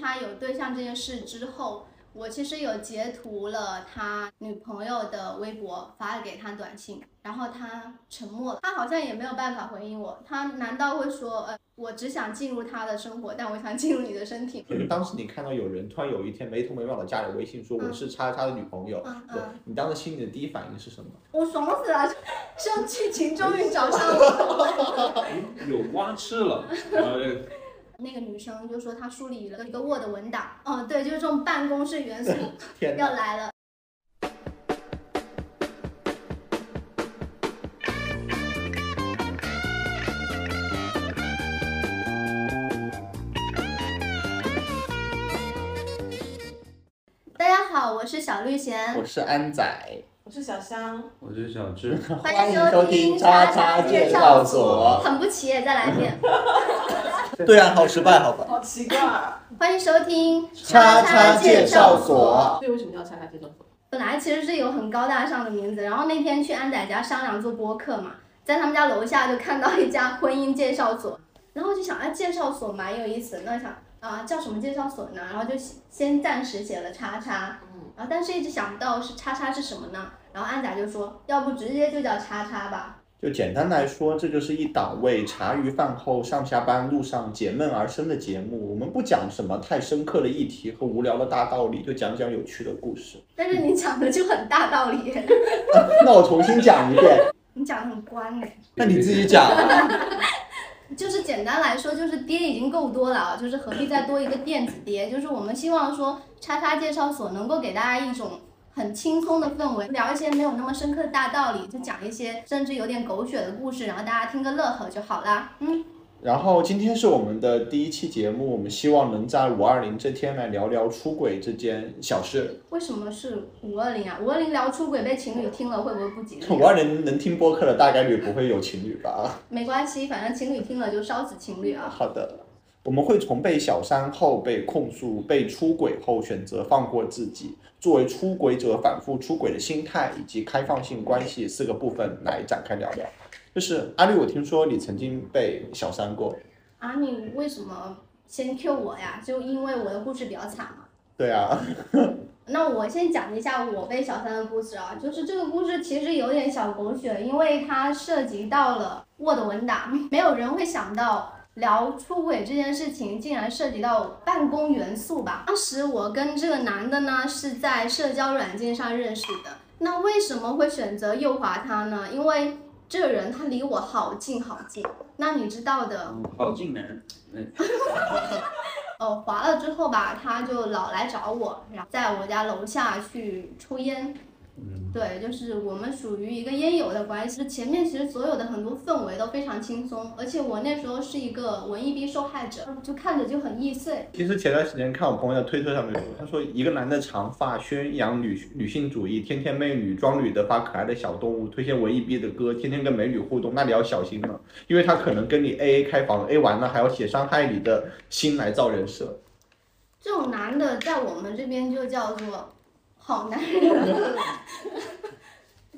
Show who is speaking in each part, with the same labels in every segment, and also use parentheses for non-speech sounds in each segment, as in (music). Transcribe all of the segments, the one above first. Speaker 1: 他有对象这件事之后，我其实有截图了他女朋友的微博发给他短信，然后他沉默了，他好像也没有办法回应我。他难道会说，呃，我只想进入他的生活，但我想进入你的身体？
Speaker 2: 嗯
Speaker 3: 当时你看到有人突然有一天没头没脑的加你微信说我是叉叉的女朋友，
Speaker 1: 嗯
Speaker 3: 对
Speaker 1: 嗯，
Speaker 3: 你当时心里的第一反应是什么？
Speaker 1: (laughs) 我爽死了，这剧情终于找上我了。
Speaker 4: 有瓜吃了，然后就
Speaker 1: 那个女生就说她梳理了一个 Word 文档，哦，对，就是这种办公室
Speaker 2: (laughs)
Speaker 1: 元素
Speaker 3: 天哪！
Speaker 1: 要来了。大家好，我是小绿
Speaker 2: 我
Speaker 1: 贤，
Speaker 2: 是安仔，
Speaker 5: 我是小香，
Speaker 4: (laughs) 我就想吃。
Speaker 2: 欢迎收听
Speaker 1: 叉
Speaker 2: 叉
Speaker 1: 叉
Speaker 2: 叉
Speaker 1: 介
Speaker 2: 介
Speaker 1: 绍
Speaker 2: 绍
Speaker 1: 所
Speaker 2: 所。
Speaker 1: 很不起眼，再来一
Speaker 2: (laughs)
Speaker 1: 遍。
Speaker 2: 对啊，好失败，好吧。
Speaker 5: 好奇怪啊！
Speaker 1: 欢迎收听
Speaker 2: 叉叉
Speaker 1: 介
Speaker 2: 介
Speaker 1: 绍
Speaker 2: 绍
Speaker 1: 所
Speaker 2: 所。
Speaker 5: 对，为什么要参加这种？
Speaker 1: 本来其实是有很高大上的名字，然后那天去安仔家商量做播客嘛，在他们家楼下就看到一家婚姻介绍所，然后就想，哎，介绍所蛮有意思的，那想啊叫什么介绍所呢？然后就先先暂时写了叉叉，
Speaker 5: 嗯，
Speaker 1: 然后但是一直想不到是叉叉是什么呢？然后安仔就说，要不直接就叫叉叉吧。
Speaker 3: 就简单来说，这就是一档为茶余饭后、上下班路上解闷而生的节目。我们不讲什么太深刻的议题和无聊的大道理，就讲讲有趣的故事。 (laughs)
Speaker 1: 但是你讲的就很大道理， (laughs)
Speaker 3: 那我重新讲一遍， (laughs)
Speaker 1: 你讲的很官哎。
Speaker 3: 那你自己讲。啊
Speaker 1: 就是简单来说，就是爹已经够多了啊，就是何必再多一个电子爹？就是我们希望说，叉叉介绍所能够给大家一种很轻松的氛围，聊一些没有那么深刻的大道理，就讲一些甚至有点狗血的故事，然后大家听个乐呵就好啦。嗯，
Speaker 3: 然后今天是我们的第一期节目，我们希望能在五二零这天来聊聊出轨这件小 (laughs) 事。
Speaker 1: 为什么是五二零啊？五二零聊出轨被情侣听了会不会不吉利啊
Speaker 3: 五？二零能听播客的大概率不会有情侣吧？
Speaker 1: 没关系，反正情侣听了就烧死情侣啊。
Speaker 3: 好的，我们会从被小三后被控诉被出轨后选择放过自己，作为出轨者反复出轨的心态以及开放性关系四个部分来展开聊聊。就是阿绿，我听说你曾经被小三过，
Speaker 1: 啊，你为什么先 Q 我呀？就因为我的故事比较惨嘛。
Speaker 3: 对啊，
Speaker 1: 那我先讲一下我被小三的故事啊，就是这个故事其实有点小狗血，因为它涉及到了 Word 文档，没有人会想到聊出轨这件事情竟然涉及到办公元素吧。当时我跟这个男的呢是在社交软件上认识的，那为什么会选择右滑他呢？因为这个人他离我好近好近，那你知道的，
Speaker 4: (laughs) 好近男，嗯
Speaker 1: 呃，划了之后吧，他就老来找我，然后在我家楼下去抽烟。
Speaker 4: 嗯，
Speaker 1: 对，就是我们属于一个烟友的关系。前面其实所有的很多氛围都非常轻松，而且我那时候是一个文艺逼受害者，就看着就很易碎。
Speaker 3: 其实前段时间看我朋友的推特上面有，他说一个男的长发宣扬女女性主义，天天媚女装女的发可爱的小动物，推荐文艺逼的歌，天天跟美女互动，那你要小心了，因为他可能跟你 A A 开房，A 完了还要写伤害你的心来造人设。
Speaker 1: 这种男的在我们这边就叫做好男人，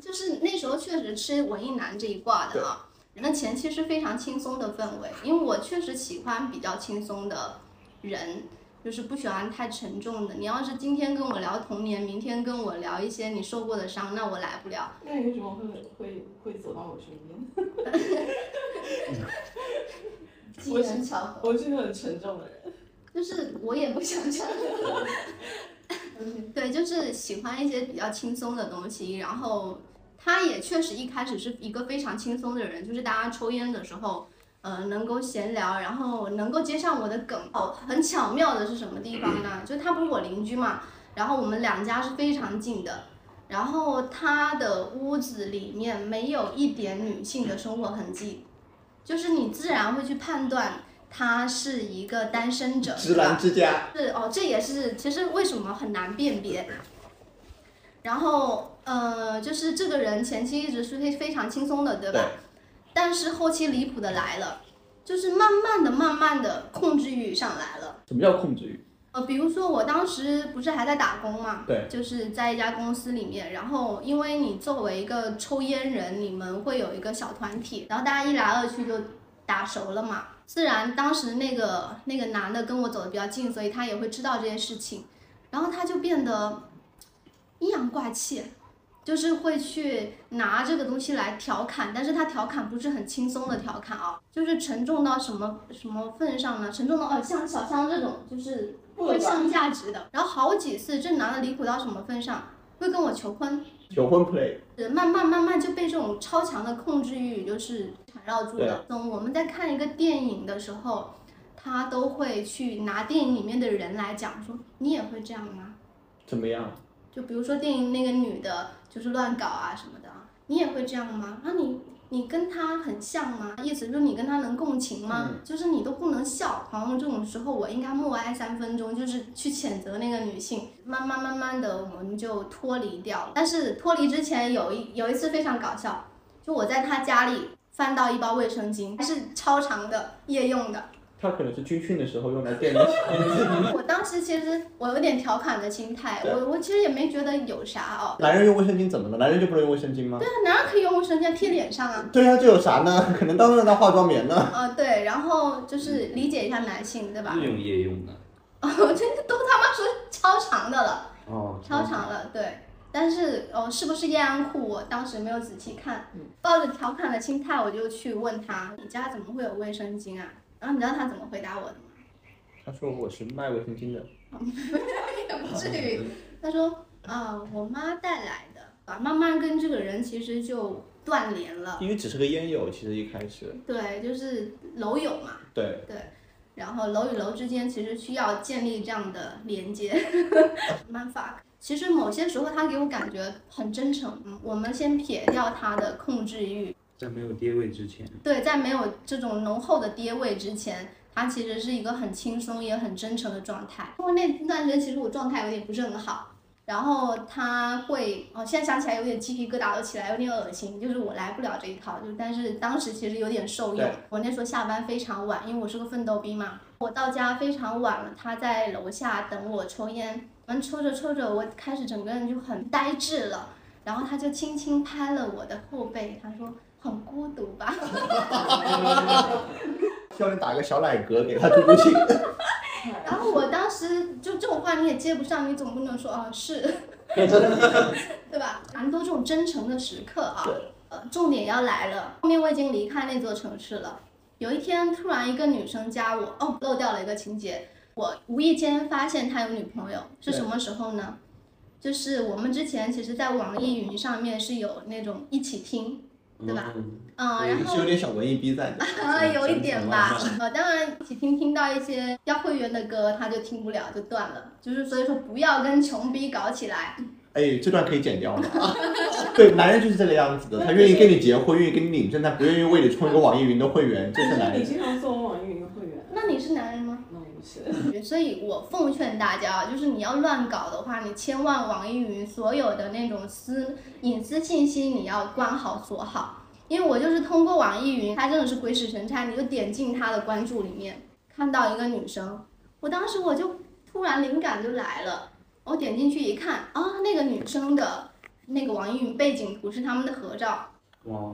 Speaker 1: 就是那时候确实吃文艺男这一挂的啊。那前期是非常轻松的氛围，因为我确实喜欢比较轻松的人，就是不喜欢太沉重的。你要是今天跟我聊童年，明天跟我聊一些你受过的伤，那我来不了。
Speaker 5: 那你为什么会会会走到我身边？
Speaker 1: 机缘巧合，
Speaker 5: 我是个很沉重的人。
Speaker 1: 就是我也不想这样。
Speaker 2: 嗯
Speaker 1: 对，就是喜欢一些比较轻松的东西。然后他也确实一开始是一个非常轻松的人，就是大家抽烟的时候，呃，能够闲聊，然后能够接上我的梗。哦，很巧妙的是什么地方呢？就他不是我邻居嘛，然后我们两家是非常近的。然后他的屋子里面没有一点女性的生活痕迹，就是你自然会去判断他是一个单身者，
Speaker 2: 直
Speaker 1: 对吧
Speaker 2: 男之家，
Speaker 1: 是哦，这也是其实为什么很难辨别。然后呃，就是这个人前期一直是非非常轻松的，嗯对吧？
Speaker 3: 对
Speaker 1: 但是后期离谱的来了，就是慢慢的、慢慢的控制欲上来了。
Speaker 3: 什么叫控制欲？
Speaker 1: 呃，比如说我当时不是还在打工嘛，
Speaker 3: 对
Speaker 1: 就是在一家公司里面，然后因为你作为一个抽烟人，你们会有一个小团体，然后大家一来二去就打熟了嘛。自然当时那个那个男的跟我走的比较近，所以他也会知道这件事情，然后他就变得阴阳怪气，就是会去拿这个东西来调侃，但是他调侃不是很轻松的调侃啊，就是沉重到什么什么份上呢？沉重到哦，像小香这种就是会上价值的，然后好几次这男的离谱到什么份上，会跟我求婚。
Speaker 6: 求婚 play，
Speaker 1: 呃慢慢慢慢就被这种超强的控制欲就是缠绕住了。从我们在看一个电影的时候，他都会去拿电影里面的人来讲说，你也会这样吗？
Speaker 6: 怎么样？
Speaker 1: 就比如说电影那个女的，就是乱搞啊什么的啊，你也会这样吗？啊你。你跟他很像吗？意思就是你跟他能共情吗？就是你都不能笑，好像这种时候我应该默哀三分钟，就是去谴责那个女性。慢慢慢慢的，我们就脱离掉了。但是脱离之前有一有一次非常搞笑，就我在他家里翻到一包卫生巾，还是超长的夜用的， (laughs)
Speaker 6: 他可能是军训的时候用来垫底。
Speaker 1: 我当时其实我有点调侃的心态，我我其实也没觉得有啥哦。
Speaker 3: 男人用卫生巾怎么了？男人就不能用卫生巾吗？
Speaker 1: 对啊，男人可以用卫生巾贴脸上啊。
Speaker 3: 对啊，这有啥呢？可能当然当化妆棉呢。
Speaker 1: 呃，对，然后就是理解一下男性，对吧？
Speaker 4: 日用夜用的。
Speaker 1: 我这个都他妈说超长的了，
Speaker 4: 哦，
Speaker 1: 超长了，对。但是哦，是不是燕安裤？我当时没有仔细看，抱着调侃的心态，我就去问他：“你家怎么会有卫生巾啊？”然后你知道他怎么回答我 (laughs) 的吗？
Speaker 6: 他说我是卖卫生巾的，
Speaker 1: 也不至于。他说啊、我妈带来的，啊，慢慢跟这个人其实就断联了。
Speaker 6: 因为只是个烟友，其实一开始
Speaker 1: 对，就是楼友嘛，
Speaker 6: 对。
Speaker 1: 然后楼与楼之间其实需要建立这样的连接。Man fuck，其实某些时候他给我感觉很真诚。嗯我们先撇掉他的控制欲，
Speaker 4: 在没有跌位之前，
Speaker 1: 对，在没有这种浓厚的跌位之前。他其实是一个很轻松也很真诚的状态，因为那段时间其实我状态有点不是很好，然后他会，哦，现在想起来有点鸡皮疙瘩都起来，有点恶心，就是我来不了这一套，就但是当时其实有点受用
Speaker 6: 对。
Speaker 1: 我那时候下班非常晚，因为我是个奋斗逼嘛，我到家非常晚了，他在楼下等我抽烟，完抽着抽着，我开始整个人就很呆滞了，然后他就轻轻拍了我的后背，他说很孤独吧，
Speaker 3: 教练打个小奶嗝给他助助
Speaker 1: (laughs)
Speaker 3: 兴。
Speaker 1: 然后我当时就这种话你也接不上，你总不能说啊是。 (laughs) 对吧？蛮多这种真诚的时刻啊。
Speaker 3: 对
Speaker 1: 呃，重点要来了，后面我已经离开那座城市了。有一天，突然一个女生加我，哦，漏掉了一个情节，我无意间发现他有女朋友，是什么时候呢？就是我们之前其实，在网易云上面是有那种一起听，对吧？
Speaker 4: 嗯
Speaker 1: 嗯，
Speaker 4: 对
Speaker 1: 然
Speaker 3: 是有
Speaker 1: 后。
Speaker 3: 点小文艺逼在的。
Speaker 1: 啊，有一点吧
Speaker 4: 真诚，
Speaker 1: 呃，当然一起听听到一些要会员的歌，他就听不了，就断了。就是所以说，不要跟穷逼搞起来。
Speaker 3: 哎，这段可以剪掉了啊。 (laughs) 对，男人就是这个样子的，他愿意跟你结婚，愿意跟你领证，他不愿意为你充一个网易云的会员，这是男
Speaker 5: 但是你
Speaker 3: 人。
Speaker 5: 经常送网易云的会员，
Speaker 1: 那你是男人吗？
Speaker 5: 那我不是。
Speaker 1: 所以我奉劝大家啊，就是你要乱搞的话，你千万网易云所有的那种私隐私信息你要关好锁好，因为我就是通过网易云，它真的是鬼使神差，你就点进他的关注里面，看到一个女生，我当时我就突然灵感就来了，我点进去一看啊，那个女生的那个网易云背景图是他们的合照，
Speaker 4: 哇，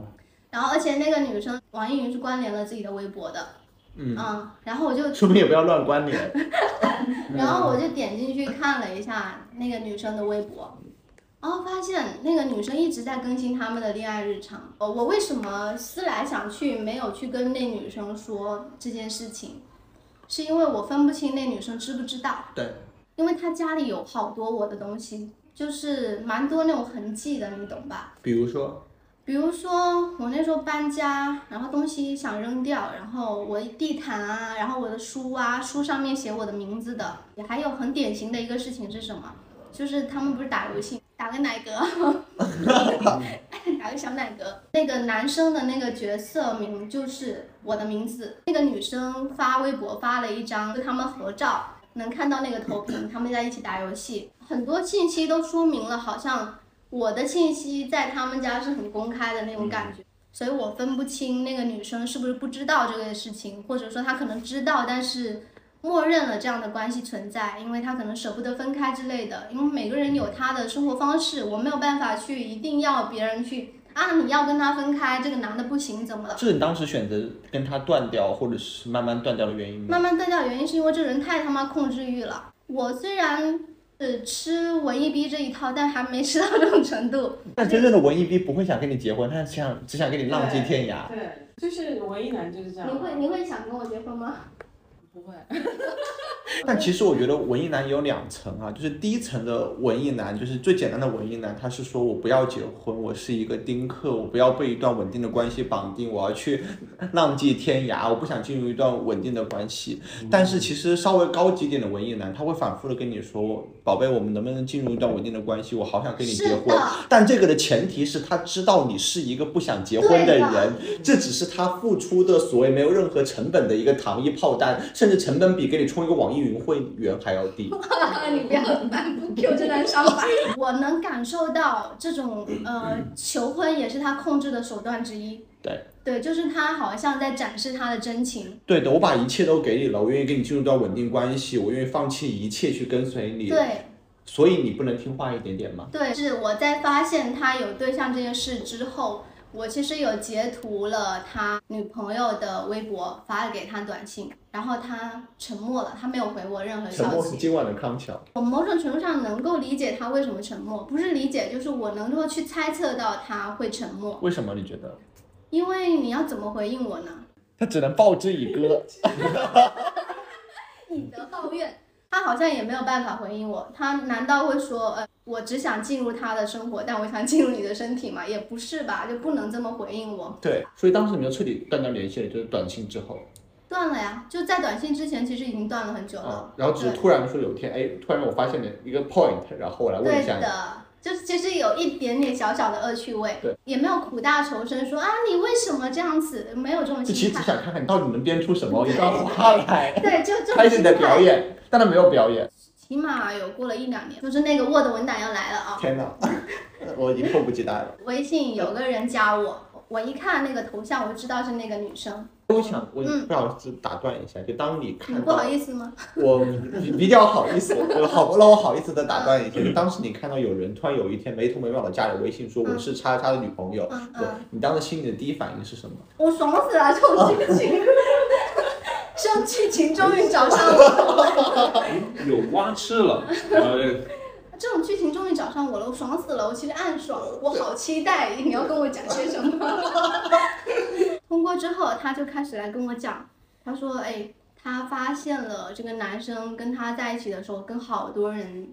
Speaker 1: 然后而且那个女生网易云是关联了自己的微博的，
Speaker 6: 嗯
Speaker 1: 嗯，然后我就
Speaker 3: 说明也不要乱关联。
Speaker 1: 然后我就点进去看了一下那个女生的微博，然后发现那个女生一直在更新他们的恋爱日常。哦我我为什么思来想去没有去跟那女生说这件事情，是因为我分不清那女生知不知道。
Speaker 6: 对，
Speaker 1: 因为她家里有好多我的东西，就是蛮多那种痕迹的，你懂吧？
Speaker 6: 比如说，
Speaker 1: 比如说我那时候搬家，然后东西想扔掉，然后我地毯啊，然后我的书啊，书上面写我的名字的，也还有很典型的一个事情是什么？就是他们不是打游戏， (laughs) 打个奶嗝，打个小奶嗝。那个男生的那个角色名就是我的名字，那个女生发微博发了一张就他们合照，能看到那个投屏，他们在一起打游戏，很多信息都说明了，好像我的信息在他们家是很公开的那种感觉，所以我分不清那个女生是不是不知道这个事情，或者说她可能知道，但是默认了这样的关系存在，因为她可能舍不得分开之类的。因为每个人有他的生活方式，我没有办法去一定要别人去。啊，你要跟他分开，这个男的不行，怎么了？
Speaker 3: 这是你当时选择跟他断掉，或者是慢慢断掉的原因吗？
Speaker 1: 慢慢断掉的原因是因为这人太他妈控制欲了。我虽然只吃文艺逼这一套，但还没吃到这种程度。
Speaker 3: 但真正的文艺逼不会想跟你结婚，他想只想跟你浪迹天涯。
Speaker 5: 对，就是文艺男就是这样。
Speaker 1: 你会你会想跟我结婚吗？
Speaker 5: 不会？
Speaker 3: (laughs) 但其实我觉得文艺男有两层啊，就是第一层的文艺男，就是最简单的文艺男，他是说我不要结婚，我是一个丁克，我不要被一段稳定的关系绑定，我要去 (laughs) 浪迹天涯，我不想进入一段稳定的关系。但是其实稍微高级一点的文艺男，他会反复的跟你说，宝贝，我们能不能进入一段稳定的关系？我好想跟你结
Speaker 1: 是
Speaker 3: 婚。
Speaker 1: (laughs) 的，
Speaker 3: 但这个的前提是他知道你是一个不想结婚的
Speaker 1: 对的
Speaker 3: 人，这只是他付出的所谓没有任何成本的一个糖衣炮弹，甚至成本比给你充一个网易云会员还要低。
Speaker 1: 你不要反复 Q 这段伤疤。 (laughs) 我能感受到这种呃求婚也是他控制的手段之一。
Speaker 3: 对
Speaker 1: 对，就是他好像在展示他的真情。
Speaker 3: 对的，我把一切都给你了，我愿意跟你进入到稳定关系，我愿意放弃一切去跟随你，
Speaker 1: 对
Speaker 3: 所以你不能听话一点点吗？
Speaker 1: 对，是我在发现他有对象这件事之后，我其实有截图了他女朋友的微博发给他短信，然后他沉默了，他没有回我任何
Speaker 3: 沉
Speaker 1: 消
Speaker 3: 默是
Speaker 1: 息。
Speaker 3: 今晚的康桥。
Speaker 1: 我某种程度上能够理解他为什么沉默，不是理解，就是我能够去猜测到他会沉默。
Speaker 3: 为什么你觉得？
Speaker 1: 因为你要怎么回应我呢？
Speaker 3: 他只能报之以歌。
Speaker 1: 以德报怨，他好像也没有办法回应我。他难道会说，呃，我只想进入他的生活，但我想进入你的身体吗？也不是吧，就不能这么回应我。
Speaker 3: 对，所以当时你就彻底断掉联系了，就是短信之后，
Speaker 1: 断了呀，就在短信之前，其实已经断了很久了。
Speaker 3: 啊，然后只是突然说有一天，哎，突然我发现了一个 point，然后我来啊问
Speaker 1: 对
Speaker 3: 一下你。
Speaker 1: 的。就是其实有一点点小小的恶趣味，
Speaker 3: 对，
Speaker 1: 也没有苦大仇深说啊你为什么这样子，没有这种
Speaker 3: 就其
Speaker 1: 心
Speaker 3: 实只
Speaker 1: 态，
Speaker 3: 想看看你到底能编出什么一段话 (laughs) 来，
Speaker 1: 对，就这种
Speaker 3: 开始你
Speaker 1: 心
Speaker 3: 的表
Speaker 1: 态，
Speaker 3: 演，但他没有表演。
Speaker 1: 起码有过了一两年，就是那个 Word 文档要来了啊，
Speaker 3: 天哪，我已经迫不及待了。
Speaker 1: 微信有个人加我，我一看那个头像，我就知道是那个女生。
Speaker 3: 我想，我
Speaker 1: 嗯
Speaker 3: 不好意思打断一下，就当你
Speaker 1: 你
Speaker 3: 看
Speaker 1: 不
Speaker 3: 到
Speaker 1: 好意思吗？
Speaker 3: 我比比较好意思，我好让我好意思的打断一下，就当时你看到有人突然有一天没头没脑的加你微信说
Speaker 1: 嗯
Speaker 3: 我是叉叉的女朋友，
Speaker 1: 嗯
Speaker 3: 对
Speaker 1: 嗯，
Speaker 3: 你当时心里的第一反应是什么？
Speaker 1: 我爽死了，这种剧情， (laughs) 这种剧情终于找上我了，
Speaker 4: 有蛙吃了，然后这个
Speaker 1: 这种剧情终于找上我了，我爽死了，我其实暗爽，我好期待你要跟我讲些什么。通过之后，他就开始来跟我讲，他说，哎，他发现了这个男生跟他在一起的时候，跟好多人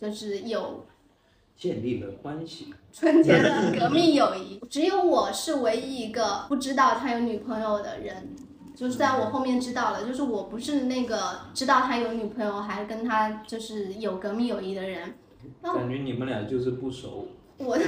Speaker 1: 就是有
Speaker 4: (laughs) 建立了关系，
Speaker 1: 纯洁的革命友谊，只有我是唯一一个不知道他有女朋友的人。就是在我后面知道了，就是我不是那个知道他有女朋友还跟他就是有革命友谊的人。那我
Speaker 4: 感觉你们俩就是不熟，
Speaker 1: 我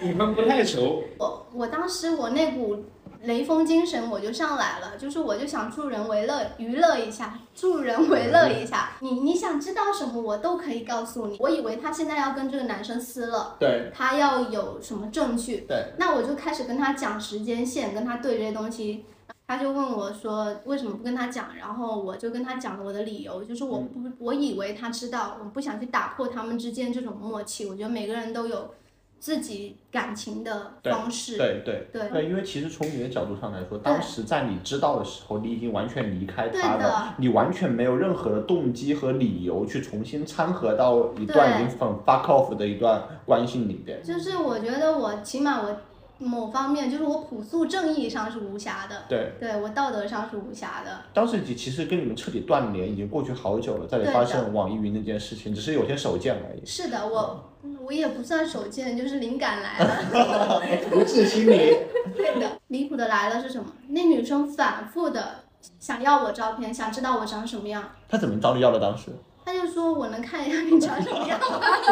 Speaker 4: 你们不太熟，
Speaker 1: 我我当时我那股雷锋精神我就上来了，就是我就想助人为乐，娱乐一下，助人为乐一下。你你想知道什么我都可以告诉你。我以为他现在要跟这个男生撕了，
Speaker 3: 对
Speaker 1: 他要有什么证据？
Speaker 3: 对，
Speaker 1: 那我就开始跟他讲时间线，跟他对这些东西。他就问我说为什么不跟他讲，然后我就跟他讲了我的理由，就是我
Speaker 3: 嗯
Speaker 1: 不、我以为他知道，我不想去打破他们之间这种默契。我觉得每个人都有自己感情的
Speaker 3: 对
Speaker 1: 方式，
Speaker 3: 对对
Speaker 1: 对
Speaker 3: 对，因为其实从你的角度上来说，当时在你知道的时候，你已经完全离开他
Speaker 1: 对
Speaker 3: 了
Speaker 1: 的，
Speaker 3: 你完全没有任何的动机和理由去重新掺和到一段已
Speaker 1: 对
Speaker 3: 经很 fuck off 的一段关系里边。
Speaker 1: 就是我觉得我起码我某方面就是我朴素正义上是无瑕的，
Speaker 3: 对，
Speaker 1: 对我道德上是无瑕的，
Speaker 3: 当时你其实跟你们彻底断联已经过去好久了，再
Speaker 1: 对
Speaker 3: 来
Speaker 1: 的
Speaker 3: 发生网易云那件事情，只是有些手贱而已。
Speaker 1: 是的，我我也不算手贱，就是灵感来了。 (laughs)
Speaker 3: 不治心理。
Speaker 1: 对的，离谱的来了是什么？那女生反复的想要我照片，想知道我长什么样，
Speaker 3: 他怎么找你要的？当时
Speaker 1: 她就说我能看一下你长什么样，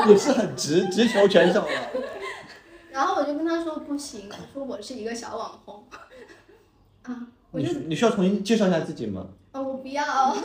Speaker 3: 也是很直直球全手啊了。
Speaker 1: (laughs) 然后我就跟她说不行，我说我是一个小网红，啊，我
Speaker 3: 你
Speaker 1: 就
Speaker 3: 需你需要重新介绍一下自己吗？
Speaker 1: 呃我不要， (laughs)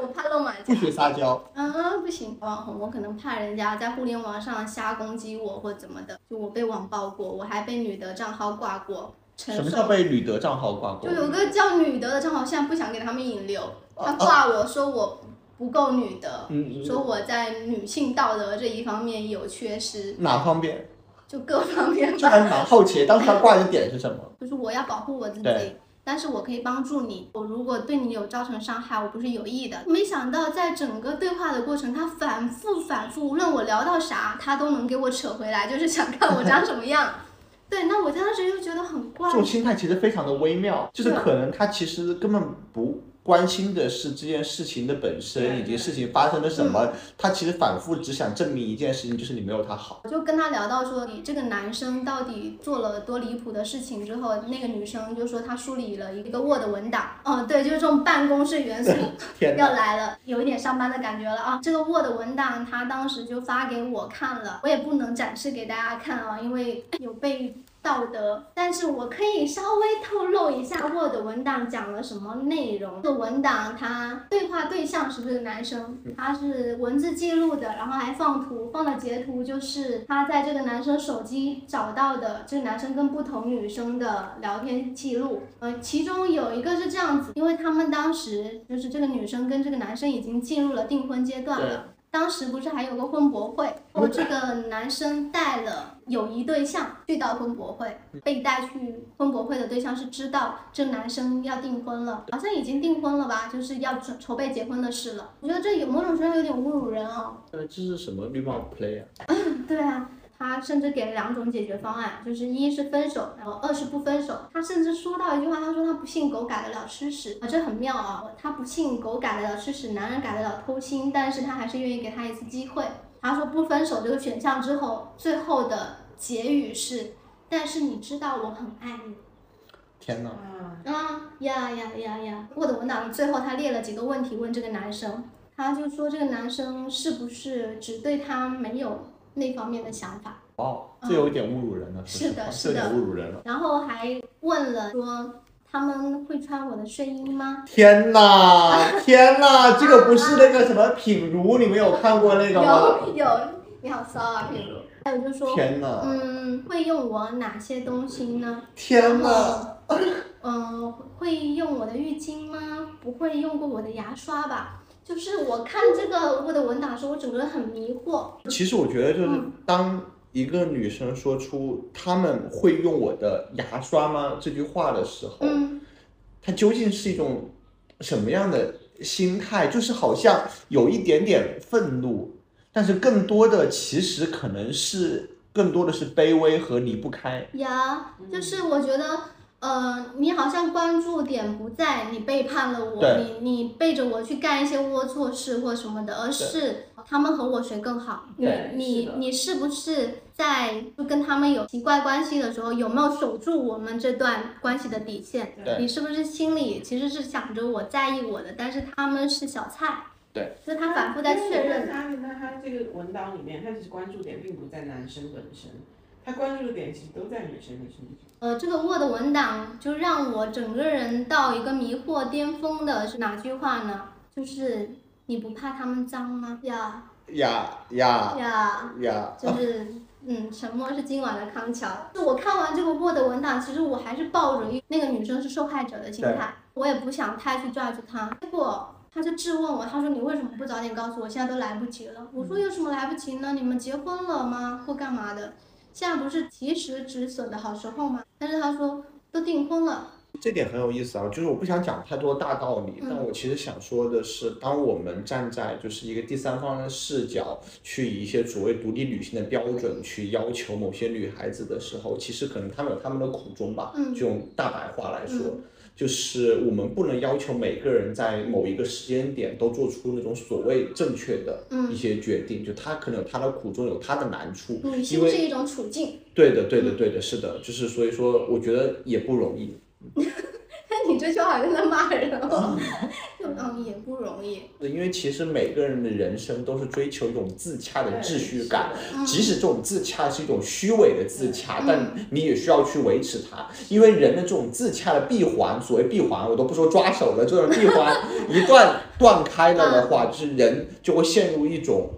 Speaker 1: 我怕露马
Speaker 3: 不
Speaker 1: 脚，
Speaker 3: 许撒娇。
Speaker 1: 啊不行，网红我可能怕人家在互联网上瞎攻击我或怎么的，就我被网暴过，我还被女的账号挂过，承
Speaker 3: 什么
Speaker 1: 受
Speaker 3: 叫被吕德账号挂钩
Speaker 1: 就？有个叫女德的账号，现在不想给他们引流，他挂我说我不够女德，
Speaker 3: 哦嗯，
Speaker 1: 说我在女性道德这一方面有缺失。
Speaker 3: 哪方面？
Speaker 1: 就各方面
Speaker 3: 这还蛮好奇，当时他挂的点是什么？
Speaker 1: 就是我要保护我自己
Speaker 3: 对，
Speaker 1: 但是我可以帮助你。我如果对你有造成伤害，我不是有意的。没想到在整个对话的过程，他反复反复，无论我聊到啥，他都能给我扯回来，就是想看我长什么样。 (laughs) 对，那我当时就觉得很怪
Speaker 3: 这，种心态其实非常的微妙，就是
Speaker 1: 对
Speaker 3: 可能他其实根本不关心的是这件事情的本身以及事情发生了什
Speaker 1: 嗯
Speaker 3: 么，他其实反复只想证明一件事情，就是你没有他好。
Speaker 1: 我就跟他聊到说，你这个男生到底做了多离谱的事情之后，那个女生就说她梳理了一个 Word 文档，哦，对，就是这种办公室元素
Speaker 3: 天
Speaker 1: 要
Speaker 3: 哪，
Speaker 1: 来了，有一点上班的感觉了啊。这个 Word 文档他当时就发给我看了，我也不能展示给大家看啊，因为有被道德，但是我可以稍微透露一下 Word 文档讲了什么内容。这个文档它对话对象是不是男生？他是文字记录的，然后还放图，放了截图，就是他在这个男生手机找到的这个男生跟不同女生的聊天记录。呃，其中有一个是这样子，因为他们当时就是这个女生跟这个男生已经进入了订婚阶段了。当时不是还有个婚博会，我这个男生带了友谊对象去到婚博会，被带去婚博会的对象是知道这个男生要订婚了，好像已经订婚了吧，就是要准筹备结婚的事了。我觉得这有某种程度有点侮辱人哦。
Speaker 3: 呃，这是什么绿帽 play 啊？
Speaker 1: 对啊，他甚至给了两种解决方案，就是一是分手，然后二是不分手。他甚至说到一句话，他说他不信狗改得了吃屎啊，这很妙啊！他不信狗改得了吃屎，男人改得了偷腥，但是他还是愿意给他一次机会。他说不分手这个选项之后，最后的结语是，但是你知道我很爱你。
Speaker 3: 天哪，
Speaker 5: 啊，
Speaker 1: 啊呀呀呀呀！我的文档最后他列了几个问题问这个男生，他就说这个男生是不是只对他没有那方面的想法，
Speaker 3: 哦，这有一点侮辱人了，说
Speaker 1: 嗯是
Speaker 3: 实
Speaker 1: 的
Speaker 3: 话
Speaker 1: 是
Speaker 3: 这有点
Speaker 1: 的
Speaker 3: 侮辱人了。
Speaker 1: 然后还问了说他们会穿我的睡衣吗？
Speaker 3: 天哪，天哪，这个不是那个什么品如，你们有看过那个吗？
Speaker 1: 有有，你好骚啊，品如。还有就说，
Speaker 3: 天哪，
Speaker 1: 嗯，会用我哪些东西呢？
Speaker 3: 天哪，
Speaker 1: 嗯，会用我的浴巾吗？不会用过我的牙刷吧？就是我看这个我的文档的时候，我整个人很迷惑。
Speaker 3: 其实我觉得就是
Speaker 1: 嗯
Speaker 3: 当一个女生说出“他们会用我的牙刷吗”这句话的时候，
Speaker 1: 嗯，
Speaker 3: 她究竟是一种什么样的心态？就是好像有一点点愤怒，但是更多的其实可能是更多的是卑微和离不开。
Speaker 1: 呀，
Speaker 3: 嗯
Speaker 1: 就是我觉得，呃，你好像关注点不在你背叛了我，你
Speaker 3: 对
Speaker 1: 你背着我去干一些龌龊事或什么的，而是他们和我谁更好？你
Speaker 5: 对
Speaker 1: 你
Speaker 5: 是的
Speaker 1: 你是不是在就跟他们有奇怪关系的时候，有没有守住我们这段关系的底线？
Speaker 3: 对
Speaker 1: 你是不是心里其实是想着我在意我的，但是他们是小菜？
Speaker 3: 对，
Speaker 1: 就他反复在
Speaker 5: 嗯
Speaker 1: 确认。
Speaker 5: 他那他这个文档里面，他其实关注点并不在男生本身，他关注的点其实都在女生的身上。
Speaker 1: 呃，这个 Word 文档就让我整个人到一个迷惑巅峰的是哪句话呢？就是你不怕他们脏吗？呀
Speaker 3: 呀
Speaker 5: 啊
Speaker 3: 呀
Speaker 1: 呀，
Speaker 3: 呀！
Speaker 1: 就是嗯，沉默是今晚的康桥。就我看完这个 Word 文档，其实我还是抱着一那个女生是受害者的心态，我也不想太去 judge 她。结果她就质问我，她说你为什么不早点告诉我？现在都来不及了。
Speaker 3: 嗯
Speaker 1: 我说有什么来不及呢？你们结婚了吗？或干嘛的？现在不是及时止损的好时候吗？但是她说都订婚了，
Speaker 3: 这点很有意思啊，就是我不想讲太多大道理，
Speaker 1: 嗯
Speaker 3: 但我其实想说的是，当我们站在就是一个第三方的视角，去以一些所谓独立女性的标准去要求某些女孩子的时候，其实可能她们有她们的苦衷吧。
Speaker 1: 嗯
Speaker 3: 就用大白话来说，
Speaker 1: 嗯
Speaker 3: 就是我们不能要求每个人在某一个时间点都做出那种所谓正确的
Speaker 1: 嗯
Speaker 3: 一些决定，就她可能有她的苦衷，有她的难处，
Speaker 1: 女
Speaker 3: 因
Speaker 1: 性
Speaker 3: 为
Speaker 1: 是一嗯种处境。 (laughs)
Speaker 3: 对的，对的，对的，是的，就是所以说，我觉得也不容易。
Speaker 1: 但你这句话好像在骂人
Speaker 3: (laughs)
Speaker 1: 哦，就嗯也不容易。
Speaker 3: 因为其实每个人的人生都是追求一种自洽的秩序感，
Speaker 5: 对。是的
Speaker 1: 嗯
Speaker 3: 即使这种自洽是一种虚伪的自洽
Speaker 1: 嗯，
Speaker 3: 但你也需要去维持它，因为人的这种自洽的闭环，所谓闭环，我都不说抓手了，这种闭环一断断开了的
Speaker 1: 嗯
Speaker 3: 话，就是人就会陷入一种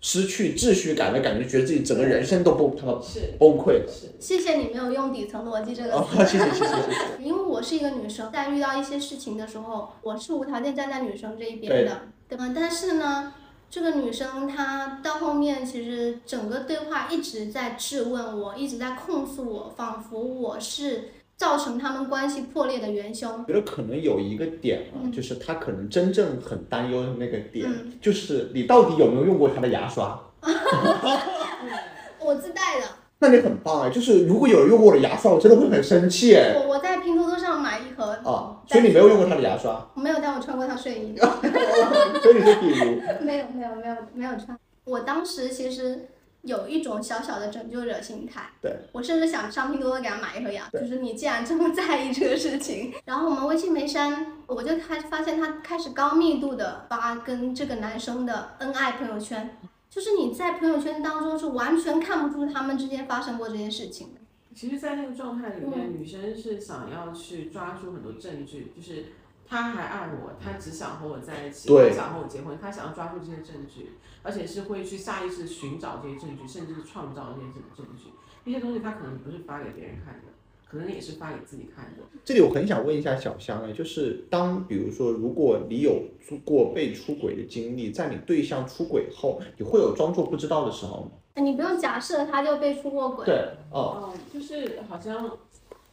Speaker 3: 失去秩序感的感觉，觉得自己整个人生都崩，他妈
Speaker 5: 是
Speaker 3: 崩溃了。
Speaker 5: 是，
Speaker 1: 谢谢你没有用底层逻辑这个
Speaker 3: 哦
Speaker 1: 词，。
Speaker 3: 谢谢谢谢谢谢。
Speaker 1: 因为我是一个女生，在遇到一些事情的时候，我是无条件站在女生这一边的，对吧？但是呢，这个女生她到后面其实整个对话一直在质问我，一直在控诉我，仿佛我是造成他们关系破裂的元凶。
Speaker 3: 觉得可能有一个点啊，
Speaker 1: 嗯
Speaker 3: 就是他可能真正很担忧的那个点，
Speaker 1: 嗯
Speaker 3: 就是你到底有没有用过他的牙刷？
Speaker 1: 我自带的，
Speaker 3: 那你很棒哎，就是如果有人用过我的牙刷，我真的会很生气哎。
Speaker 1: 我我在拼多多上买一盒，
Speaker 3: 啊，所以你没有用过他的牙刷， (laughs)
Speaker 1: 没有，但我穿过她睡衣。
Speaker 3: 所以你是比如，
Speaker 1: 没有没有没有没有穿。我当时其实有一种小小的拯救者心态，
Speaker 3: 对
Speaker 1: 我甚至想上拼多多给他买一盒牙，
Speaker 3: 对
Speaker 1: 就是你既然这么在意这个事情，然后我们微信没删，我就开发现他开始高密度的发跟这个男生的恩爱朋友圈，就是你在朋友圈当中是完全看不出他们之间发生过这件事情的。
Speaker 5: 其实，在那个状态里面，女生是想要去抓住很多证据，就是他还爱我，他只想和我在一起，
Speaker 3: 对
Speaker 5: 他想和我结婚，他想要抓住这些证据，而且是会去下意识寻找这些证据，甚至是创造这些证证据。那些东西他可能不是发给别人看的，可能也是发给自己看的。
Speaker 3: 这里我很想问一下小香哎，就是当比如说，如果你有过被出轨的经历，在你对象出轨后，你会有装作不知道的时候吗？
Speaker 1: 哎你不用假设他就被出过轨，
Speaker 3: 对，哦，
Speaker 5: 哦，就是好像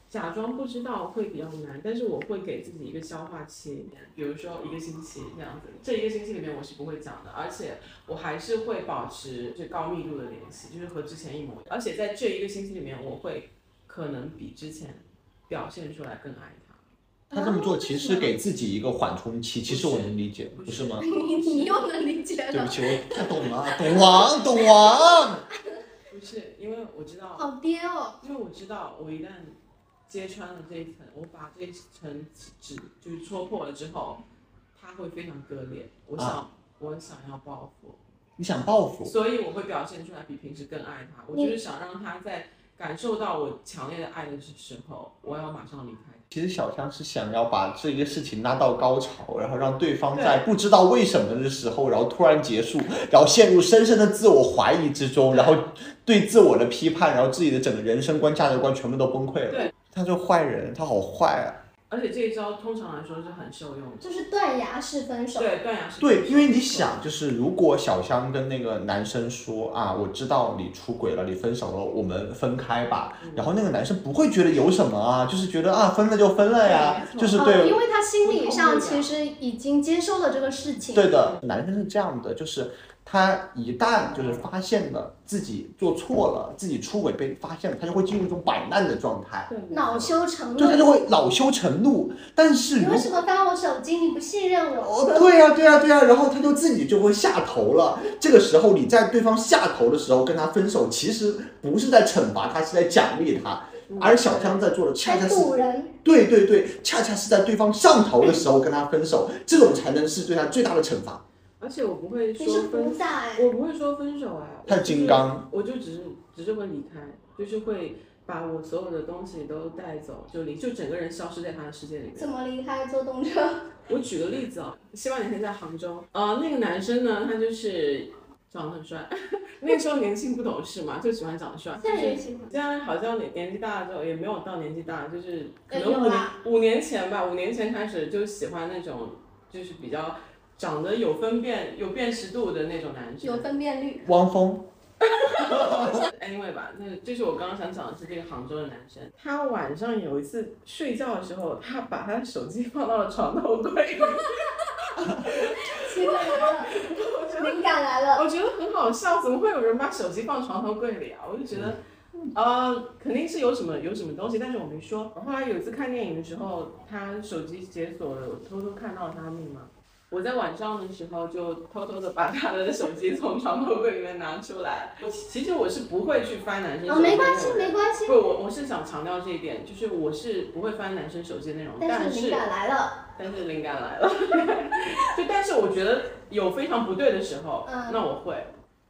Speaker 5: 假装不知道会比较难，但是我会给自己一个消化期，比如说一个星期这样子。这一个星期里面我是不会讲的，而且我还是会保持最高密度的联系，就是和之前一模一样。而且在这一个星期里面，我会可能比之前表现出来更爱他。
Speaker 3: 他这么做其实给自己一个缓冲期，其实我能理解，不是吗？
Speaker 1: 你 (laughs) 你又能理解
Speaker 3: 对
Speaker 1: 了
Speaker 3: 不，起，我太懂了，啊懂王，懂王。
Speaker 5: 不是因为我知道，
Speaker 1: 好憋哦，
Speaker 5: 因为我知道，我一旦揭穿了这一层，我把这一层纸就是戳破了之后，它会非常割裂。我
Speaker 3: 啊
Speaker 5: 想，我想要报复，
Speaker 3: 你想报复？
Speaker 5: 所以我会表现出来比平时更爱他。我就是想让他在感受到我强烈的爱的时候，我要马上离开。
Speaker 3: 其实小香是想要把这个事情拉到高潮，然后让对方在不知道为什么的时候，然后突然结束，然后陷入深深的自我怀疑之中，然后对自我的批判，然后自己的整个人生观、价值观全部都崩溃了
Speaker 5: 对。
Speaker 3: 他是坏人，他好坏啊！
Speaker 5: 而且这一招通常来说是很受用的，
Speaker 1: 就是断崖式分手。
Speaker 5: 对断崖式。
Speaker 3: 对，因为你，想，就是如果小香跟那个男生说啊，我知道你出轨了，你分手了，我们分开吧，
Speaker 5: 嗯
Speaker 3: 然后那个男生不会觉得有什么啊，就是觉得啊，分了就分了呀，
Speaker 5: 对没错啊
Speaker 3: 就是
Speaker 1: 哦，
Speaker 3: 对
Speaker 1: 因为他心理上其实已经接受了这个事情。
Speaker 3: 对的，男生是这样的，就是他一旦就是发现了自己做错了，自己出轨被发现了，他就会进入一种摆烂的状态，
Speaker 5: 对
Speaker 1: 恼羞成
Speaker 3: 就他就
Speaker 1: 怒。
Speaker 3: 会恼羞成怒。但是
Speaker 1: 你
Speaker 3: 如
Speaker 1: 为什么翻我手机？你不信任我？
Speaker 3: 哦，对呀、对呀、对呀、然后他就自己就会下头了。这个时候你在对方下头的时候跟他分手，其实不是在惩罚他，是在奖励他。而小香在做的恰恰
Speaker 1: 还
Speaker 3: 是
Speaker 1: 堵人，
Speaker 3: 对对对，恰恰是在对方上头的时候跟他分手，这种才能是对他最大的惩罚。
Speaker 5: 而且我不会啊
Speaker 1: 你
Speaker 5: 说
Speaker 1: 是
Speaker 5: 分
Speaker 1: 古仔。
Speaker 5: 我不会说分手啊，
Speaker 3: 他是金刚
Speaker 5: 我就只是只是会离开，就是会把我所有的东西都带走，就离就整个人消失在他的世界里
Speaker 1: 怎
Speaker 5: 面。
Speaker 1: 么离开？坐动车？
Speaker 5: 我举个例子啊、希望你可以在杭州，呃，那个男生呢，他就是长得很帅， (laughs) 那时候年轻不懂事嘛，就喜欢长得帅。
Speaker 1: 现在也喜欢。
Speaker 5: 现在好像年年纪大了之后，也没有到年纪大，就是可
Speaker 1: 呃有
Speaker 5: 能五年
Speaker 1: 啦
Speaker 5: 五年前吧，五年前开始就喜欢那种就是比较长得有分辨有辨识度的那种男生。
Speaker 1: 有分辨
Speaker 5: (laughs)
Speaker 1: 率。
Speaker 3: 汪峰
Speaker 5: Anyway 吧，那就是我刚刚想讲的是这个杭州的男生，他晚上有一次睡觉的时候，他把他的手机放到了床头柜里， (laughs)
Speaker 1: 机会来了，灵感来了。
Speaker 5: 我觉得很好笑，怎么会有人把手机放床头柜里啊？我就觉得，
Speaker 1: 嗯
Speaker 5: 呃，肯定是有什么有什么东西，但是我没说。后来有一次看电影的时候，他手机解锁了，我偷偷看到了他的密码。我在晚上的时候就偷偷的把他的手机从床头柜里面拿出来。我其实我是不会去翻男生手
Speaker 1: 哦，
Speaker 5: 机的。
Speaker 1: 没关系，没关系。
Speaker 5: 不，我我是想强调这一点，就是我是不会翻男生手机的内容，
Speaker 1: 但
Speaker 5: 但
Speaker 1: 是灵
Speaker 5: 是
Speaker 1: 感来了，
Speaker 5: 但是灵感来了， (laughs) 就但是我觉得有非常不对的时候，
Speaker 1: 嗯
Speaker 5: 那我会，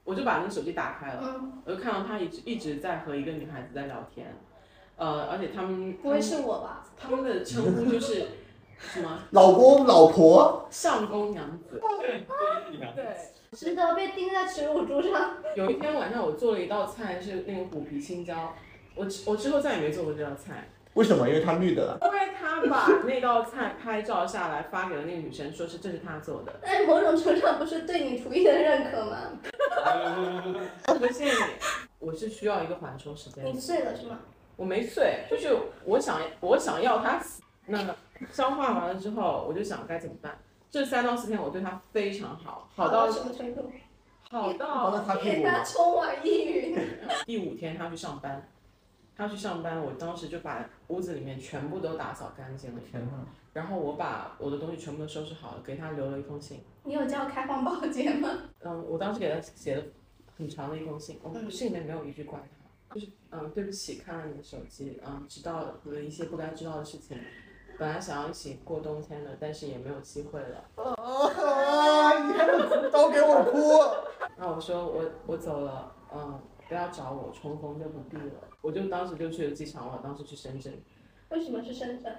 Speaker 5: 我就把那个手机打开了，
Speaker 1: 嗯，
Speaker 5: 我就看到他一直一直在和一个女孩子在聊天，呃，而且他们
Speaker 1: 不
Speaker 5: 他
Speaker 1: 会
Speaker 5: 们
Speaker 1: 是我吧？
Speaker 5: 他们的称呼就是
Speaker 1: (laughs)
Speaker 5: 什么
Speaker 3: 老公老婆，
Speaker 5: 相公娘子，对。
Speaker 1: 值得被钉在耻辱柱上。
Speaker 5: 有一天晚上，我做了一道菜是那个虎皮青椒，我之我之后再也没做过这道菜，
Speaker 3: 为什么？因为他绿的了。
Speaker 5: 因为他他把那道菜拍照下来发给了那个女生，说是这是他做的，
Speaker 1: 但是某种程度上不是对你厨艺的认可吗？
Speaker 5: 不信你，我是需要一个缓冲时间的。
Speaker 1: 你醉了是吗？
Speaker 5: 我没睡，就是我想我想要他死。那消化完了之后，我就想该怎么办。这三到四天我对他非常好，好到
Speaker 1: 什么程度？
Speaker 5: 好
Speaker 6: 帮
Speaker 5: 到
Speaker 6: 他擦屁
Speaker 1: 给
Speaker 6: 股
Speaker 3: (laughs)
Speaker 1: 他
Speaker 6: 了。
Speaker 1: 充耳一语。
Speaker 5: 第五天他去上班，他去上班，我当时就把屋子里面全部都打扫干净了，
Speaker 3: 天哪！
Speaker 5: 然后我把我的东西全部都收拾好了，给他留了一封信。
Speaker 1: 你有叫开放保洁吗？
Speaker 5: 嗯，我当时给他写了很长的一封信，我
Speaker 1: 嗯
Speaker 5: 信里面没有一句怪他，就是嗯，对不起，看了你的手机，嗯，知道了一些不该知道的事情，本来想要一起过冬天的，但是也没有机会了。
Speaker 3: 啊！你还能刀给我哭？
Speaker 5: 那我说我我走了，嗯，不要找我，重逢就不必了。我就当时就去了机场，我当时去深圳，
Speaker 1: 为什么是深圳？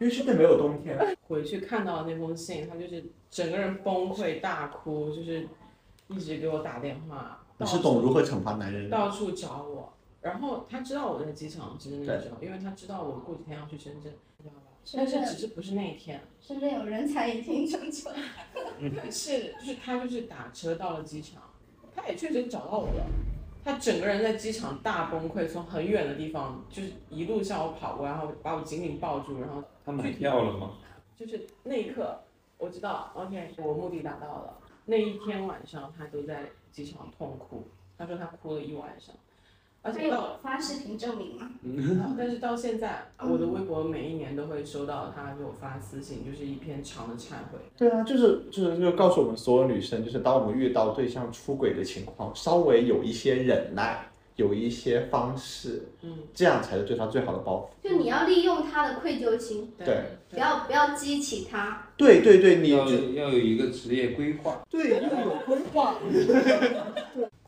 Speaker 3: 因为深圳没有冬天。
Speaker 5: 回去看到那封信，他就是整个人崩溃大哭，就是一直给我打电话，
Speaker 3: 你
Speaker 5: 到
Speaker 3: 是
Speaker 5: 处
Speaker 3: 懂如何惩罚男人的。
Speaker 5: 到处找我。然后他知道我在机场，其实那个时候，因为他知道我过几天要去深圳，你知道吧？
Speaker 1: 深
Speaker 5: 但是
Speaker 1: 圳
Speaker 5: 只是不是那一天，
Speaker 1: 深圳有人才引进政策。
Speaker 5: 但是就是他就是打车到了机场，他也确实找到我了，他整个人在机场大崩溃，从很远的地方就是一路向我跑过，然后把我紧紧抱住，然后
Speaker 4: 他买票了吗？
Speaker 5: 就是那一刻我知道，OK，我目的达到了。那一天晚上他都在机场痛哭，他说他哭了一晚上，而
Speaker 1: 他
Speaker 5: 且到
Speaker 1: 有发视频证明吗？
Speaker 5: 但是到现在，啊我的微博每一年都会收到他给我发私信，就是一篇长的忏悔。
Speaker 3: (laughs) 对啊，就是就是就告诉我们所有女生，就是当我们遇到对象出轨的情况，稍微有一些忍耐，有一些方式，
Speaker 5: 嗯，
Speaker 3: 这样才是对他最好的包袱。
Speaker 1: 就你要利用他的愧疚心，
Speaker 3: 对
Speaker 1: 不要不要激起他。
Speaker 3: 对对对，你
Speaker 5: 嗯
Speaker 4: 要要有一个职业规划。
Speaker 3: 对要有规划。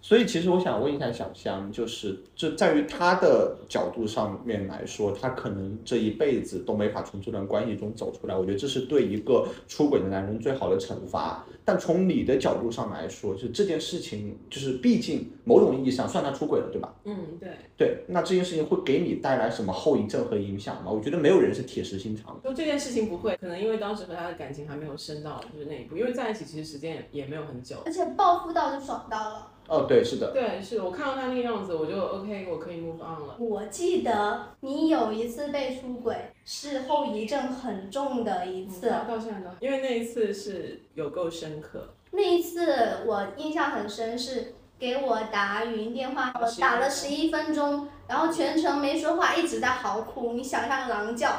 Speaker 3: 所以其实我想问一下小香，就是这在于他的角度上面来说，他可能这一辈子都没法从这段关系中走出来。我觉得这是对一个出轨的男人最好的惩罚。但从你的角度上来说，就这件事情，就是毕竟某种意义上算他出轨了，对吧？
Speaker 5: 嗯，对。
Speaker 3: 对，那这件事情会给你带来什么后遗症和影响吗？我觉得没有人是铁石心肠的。
Speaker 5: 说这件事情不会，可能因为当时和他的感情还没有深到就是那一步，因为在一起其实时间也也没有很久。
Speaker 1: 而且报复到就爽到了。
Speaker 3: 哦，对，是的，
Speaker 5: 对，是我看到他那个样子，我就 OK，我可以 move on 了。
Speaker 7: 我记得你有一次被出轨，是后遗症很重的一次。
Speaker 1: 嗯
Speaker 5: 到现在都，因为那一次是有够深刻，
Speaker 1: 那一次我印象很深，是给我打语音电话，我打了十一分钟，然后全程没说话，一直在嚎哭。你想象狼叫，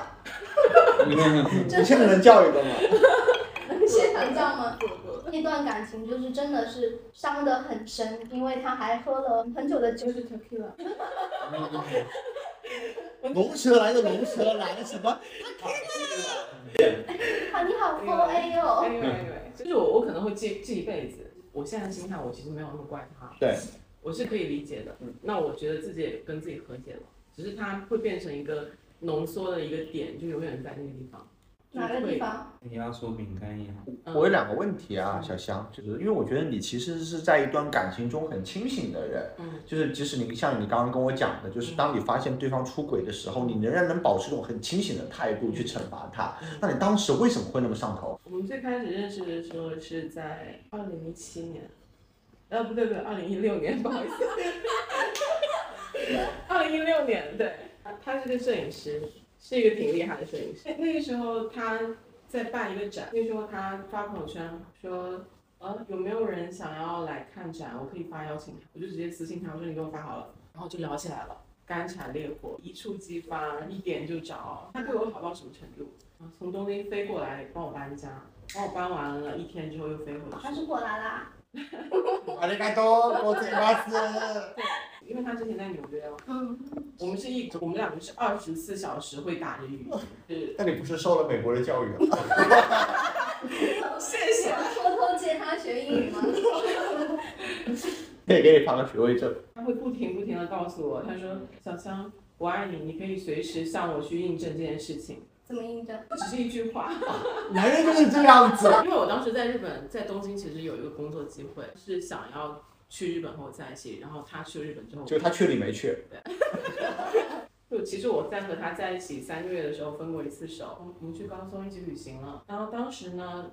Speaker 3: 你现在能叫一个吗？
Speaker 7: (laughs)
Speaker 1: 能现场叫吗？
Speaker 5: 过过，
Speaker 1: 那段感情就是真的是伤得很深，因为他还喝了很久的酒
Speaker 5: 就。是 tequila。
Speaker 3: 龙蛇来的龙蛇来的什么？
Speaker 1: 啊，你好 4A 哦！
Speaker 5: 哎呦哎呦，就是我我可能会记记一辈子。我现在的心态，我其实没有那么怪他，
Speaker 3: 对，
Speaker 5: 我是可以理解的。那我觉得自己也跟自己和解了，只是他会变成一个浓缩的一个点，就永远在那个地方。
Speaker 1: 哪个地？方？
Speaker 4: 压缩饼干一样。
Speaker 5: 嗯
Speaker 3: 我有两个问题啊，小香，就是因为我觉得你其实是在一段感情中很清醒的人，
Speaker 5: 嗯，
Speaker 3: 就是即使你像你刚刚跟我讲的，就是当你发现对方出轨的时候，你仍然能保持一种很清醒的态度去惩罚他。
Speaker 5: 嗯
Speaker 3: 那你当时为什么会那么上头？
Speaker 5: 我们最开始认识的时候是在二零一七年，呃，不对不对，二零一六年，不 (laughs) 好意思，二零一六年，对，他是个摄影师，是一个挺厉害的摄影师。哎那个时候他在办一个展，那时候他发朋友圈说，呃，有没有人想要来看展？我可以发邀请函，我就直接私信他，我说你给我发好了，然后就聊起来了。干柴烈火，一触即发，一点就着。他对我好到什么程度？啊从东京飞过来帮我搬家，帮我搬完了一天之后又飞回
Speaker 1: 他
Speaker 5: 去。
Speaker 1: 是火辣辣。
Speaker 3: 阿里嘎多，我嘴巴斯。
Speaker 5: 因为他之前在纽约哦嘛，
Speaker 1: 嗯，
Speaker 5: 我们是一，我们两个是二十四小时会打着 (laughs) 语音，是
Speaker 3: 那你不是受了美国的教育啊吗？
Speaker 5: 谢谢。
Speaker 1: 偷偷借他学英语
Speaker 7: (laughs)
Speaker 1: 吗？
Speaker 3: 可以 (laughs) 给你发个学位证。
Speaker 5: 他会不停不停的告诉我，他说小香，我爱你，你可以随时向我去印证这件事情，
Speaker 1: 怎么印证？
Speaker 5: (laughs) 只是一句话。 (laughs)
Speaker 3: 男人就是这样子。
Speaker 5: 因为我当时在日本，在东京其实有一个工作机会，是想要去日本和我在一起，然后他去日本之后，
Speaker 3: 就他去你没去，
Speaker 5: 就其实我在和他在一起三个月的时候分过一次手，我们去高松一起旅行了。然后当时呢，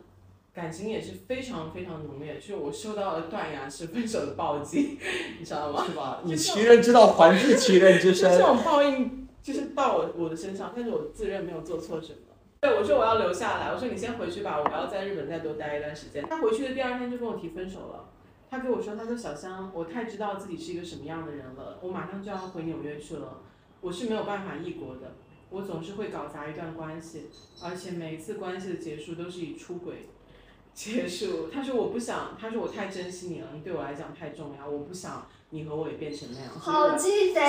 Speaker 5: 感情也是非常非常浓烈，就是我受到了断崖式分手的暴击， (laughs) 你知道吗？
Speaker 3: 是吧？
Speaker 5: 就
Speaker 3: 以
Speaker 5: 是
Speaker 3: 其人之道还治其人之
Speaker 5: 就这
Speaker 3: 身。
Speaker 5: 种报应就是到我我的身上，但是我自认没有做错什么。对，我说我要留下来，我说你先回去吧，我要在日本再多待一段时间。他回去的第二天就跟我提分手了。他给我说，他说小香，我太知道自己是一个什么样的人了，我马上就要回纽约去了，我是没有办法异国的，我总是会搞砸一段关系，而且每一次关系的结束都是以出轨结束。他说我不想，他说我太珍惜你了，你对我来讲太重要，我不想你和我也变成那样。所以我
Speaker 7: 好鸡贼，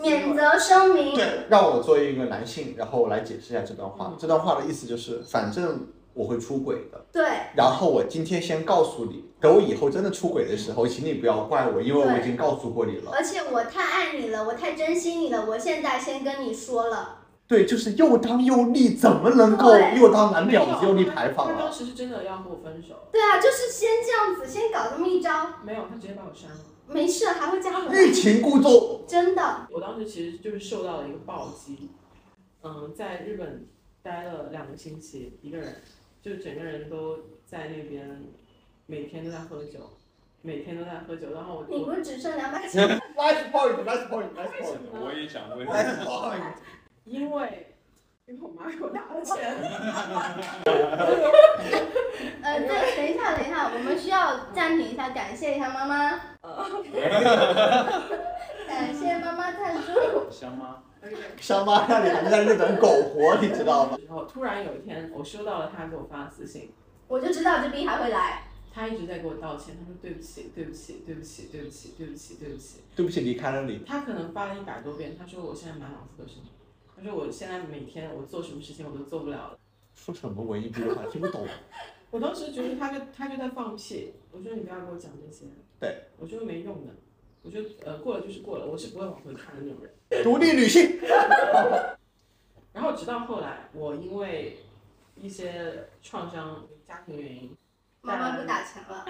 Speaker 7: 免责声明。
Speaker 3: 对，让我作为一个男性，然后我来解释一下这段话。
Speaker 5: 嗯
Speaker 3: 这段话的意思就是，反正我会出轨的，
Speaker 7: 对
Speaker 3: 然后我今天先告诉你，等我以后真的出轨的时候，请你不要怪我，因为我已经告诉过你了。
Speaker 7: 而且我太爱你了，我太珍惜你了，我现在先跟你说了。
Speaker 3: 对，就是又当又立，怎么能够
Speaker 7: 对
Speaker 3: 又当男
Speaker 5: 没有
Speaker 3: 婊子又立牌坊
Speaker 5: 他当
Speaker 3: 啊？
Speaker 5: 时是真的要和我分手，
Speaker 7: 对啊，就是先这样子，先搞这么一招，
Speaker 5: 没有，他直接把我删了。
Speaker 7: 没事还会加回来，
Speaker 5: 哎
Speaker 3: 欲擒故纵，
Speaker 7: 真的。
Speaker 5: 我当时其实就是受到了一个暴击，嗯，在日本待了两个星期，一个人，就整个人都在那边，每天都在喝酒，每天都在喝酒，然后我
Speaker 7: 你
Speaker 5: 我
Speaker 7: 不是只剩两百九？
Speaker 3: Nice point, nice point, nice point.
Speaker 4: 我也想问，
Speaker 3: Nice point.
Speaker 5: 因为因为我妈给我打了 (laughs) 钱，
Speaker 1: 呃，对，等一下，等一下，我们需要暂停一下，感谢一下妈妈，
Speaker 7: 感谢妈妈赞助。
Speaker 4: 香吗？
Speaker 3: 香妈让你还在日本苟活，你知道吗？
Speaker 5: 然后突然有一天我收到了他给我发的私信，
Speaker 7: 我就知道这逼还会来，
Speaker 5: 他一直在给我道歉，他说对不起，对不起，对不起，对不起，对不起，对不起。
Speaker 3: 对不起，离开了你。
Speaker 5: 他可能发了一百多遍，他说我现在满脑子都是你，他说我现在每天我做什么事情我都做不了了。
Speaker 3: 说什么文艺逼的话，听不懂。
Speaker 5: 我当时觉得他就他就在放屁，我说你不要跟我讲这些，
Speaker 3: 对
Speaker 5: 我说没用的，我说呃过了就是过了，我是不会往回看的那种人。
Speaker 3: 独立女性，
Speaker 5: 然后直到后来，我因为一些创伤、家庭原因，
Speaker 1: 妈妈不打钱了，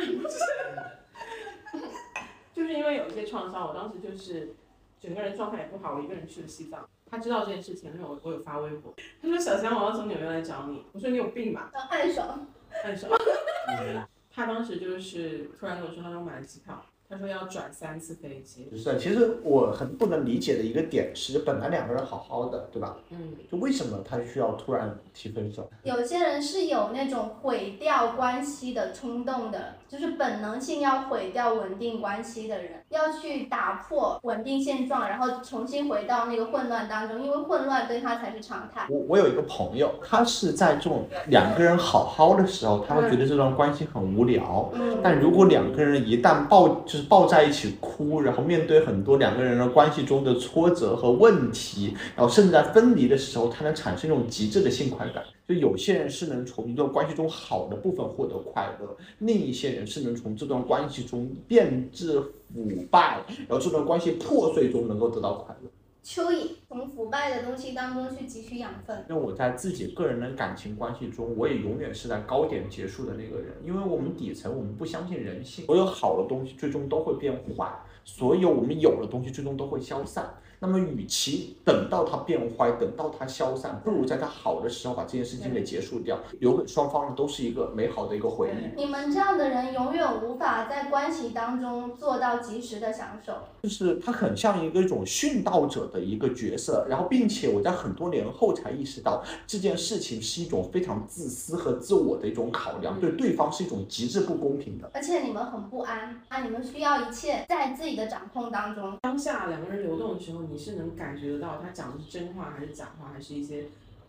Speaker 5: 就是因为有一些创伤，我当时就是整个人状态也不好，我一个人去了西藏。他知道这件事情，因为我我有发微博，他说小香我要从纽约来找你，我说你有病吧，
Speaker 7: 很汗爽。
Speaker 5: 很少。他当时就是突然跟我说，他说买了机票，他说要转三次飞机，
Speaker 3: 是的，其实我很不能理解的一个点是，本来两个人好好的，对吧？
Speaker 5: 嗯，
Speaker 3: 就为什么他需要突然提分手？
Speaker 7: 有些人是有那种毁掉关系的冲动的，就是本能性要毁掉稳定关系的人，要去打破稳定现状，然后重新回到那个混乱当中，因为混乱对他才是常态。
Speaker 3: 我我有一个朋友，他是在这种两个人好好的时候，他会觉得这段关系很无聊。
Speaker 7: 嗯，
Speaker 3: 但如果两个人一旦抱就是抱在一起哭，然后面对很多两个人的关系中的挫折和问题，然后甚至在分离的时候，它能产生一种极致的性快感。就有些人是能从一段关系中好的部分获得快乐，另一些人是能从这段关系中变质腐败，然后这段关系破碎中能够得到快乐。
Speaker 7: 蚯蚓从腐败的东西当中去汲取养分。
Speaker 3: 那我在自己个人的感情关系中，我也永远是在高点结束的那个人，因为我们底层我们不相信人性，所有好的东西最终都会变坏，所有我们有的东西最终都会消散。那么，与其等到它变坏，等到它消散，不如在它好的时候把这件事情给结束掉，留给双方呢都是一个美好的一个回忆。
Speaker 7: 你们这样的人永远无法在关系当中做到及时的享受。
Speaker 3: 就是他很像一个一种殉道者的一个角色，然后并且我在很多年后才意识到这件事情是一种非常自私和自我的一种考量，对对方是一种极致不公平的。
Speaker 7: 而且你们很不安啊，你们需要一切在自己的掌控当中。
Speaker 5: 当下两个人流动的时候，你是能感觉得到他讲的是真话还是假话，还是一些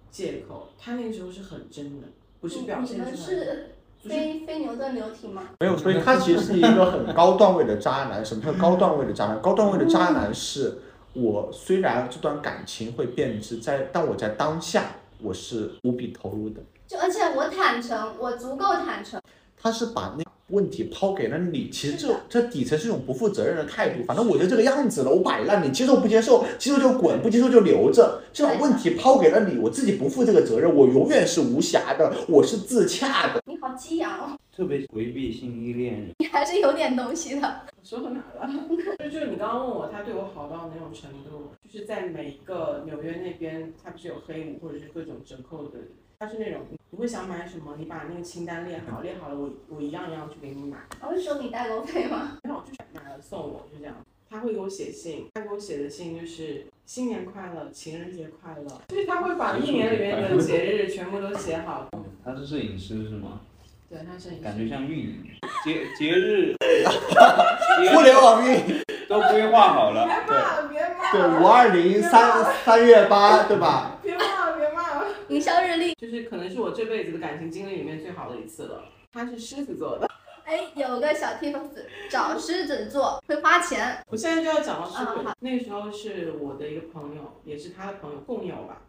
Speaker 5: 借口。他那个时候是很真的，不是
Speaker 7: 你
Speaker 5: 表
Speaker 7: 嗯你
Speaker 5: 现出来
Speaker 7: 们
Speaker 5: 的。
Speaker 7: 是非非牛顿流体吗？
Speaker 3: 没有，所以他其实是一个很高段位的渣男。什么叫高段位的渣男？高段位的渣男是我虽然这段感情会变质，在但我在当下我是无比投入的。
Speaker 7: 就而且我坦诚，我足够坦诚。
Speaker 3: 他是把那问题抛给了你，其实
Speaker 7: 是
Speaker 3: 这
Speaker 7: 的
Speaker 3: 这底层是一种不负责任的态度。反正我就这个样子了，我摆烂，你接受不接受？接受就滚，不接受就留着。这把问题抛给了你，我自己不负这个责任，我永远是无暇的，我是自洽的。
Speaker 7: 你好激昂哦！
Speaker 4: 特别回避性依恋人，
Speaker 1: 你还是有点东西
Speaker 5: (laughs)
Speaker 1: 的。
Speaker 5: 说到哪儿了？ (laughs) 就就是你刚刚问我，他对我好到哪种程度？就是在每一个纽约那边，他不是有黑五或者是各种折扣的，他是那种你会想买什么，你把那个清单列好，列好了我我一样一样去给你买，
Speaker 7: 他会收你代购费吗？
Speaker 5: 然后我就买了送我，就这样。他会给我写信，他给我写的信就是新年快乐、情人节快乐， (laughs) 就是他会把一年里面的节日全部都写好。
Speaker 4: 他是摄影师是吗？
Speaker 5: 对，他是
Speaker 4: 感觉像运营，节节日，节
Speaker 3: (laughs) 互
Speaker 4: 日
Speaker 3: 联网运
Speaker 4: 都规划好了，
Speaker 5: 别骂了，别骂
Speaker 3: 对
Speaker 5: 了，
Speaker 3: 五二零三 (laughs) 三月八对吧？
Speaker 5: (laughs) 别骂了，别骂了。 (laughs)
Speaker 1: 营销日历，
Speaker 5: 就是可能是我这辈子的感情经历里面最好的一次了。他是狮子座的，
Speaker 1: 哎，有个小 tips，找狮子座会花钱。
Speaker 5: 我现在就要讲到狮子
Speaker 1: 嗯
Speaker 5: 座。那个时候是我的一个朋友，也是他的朋友，共友吧，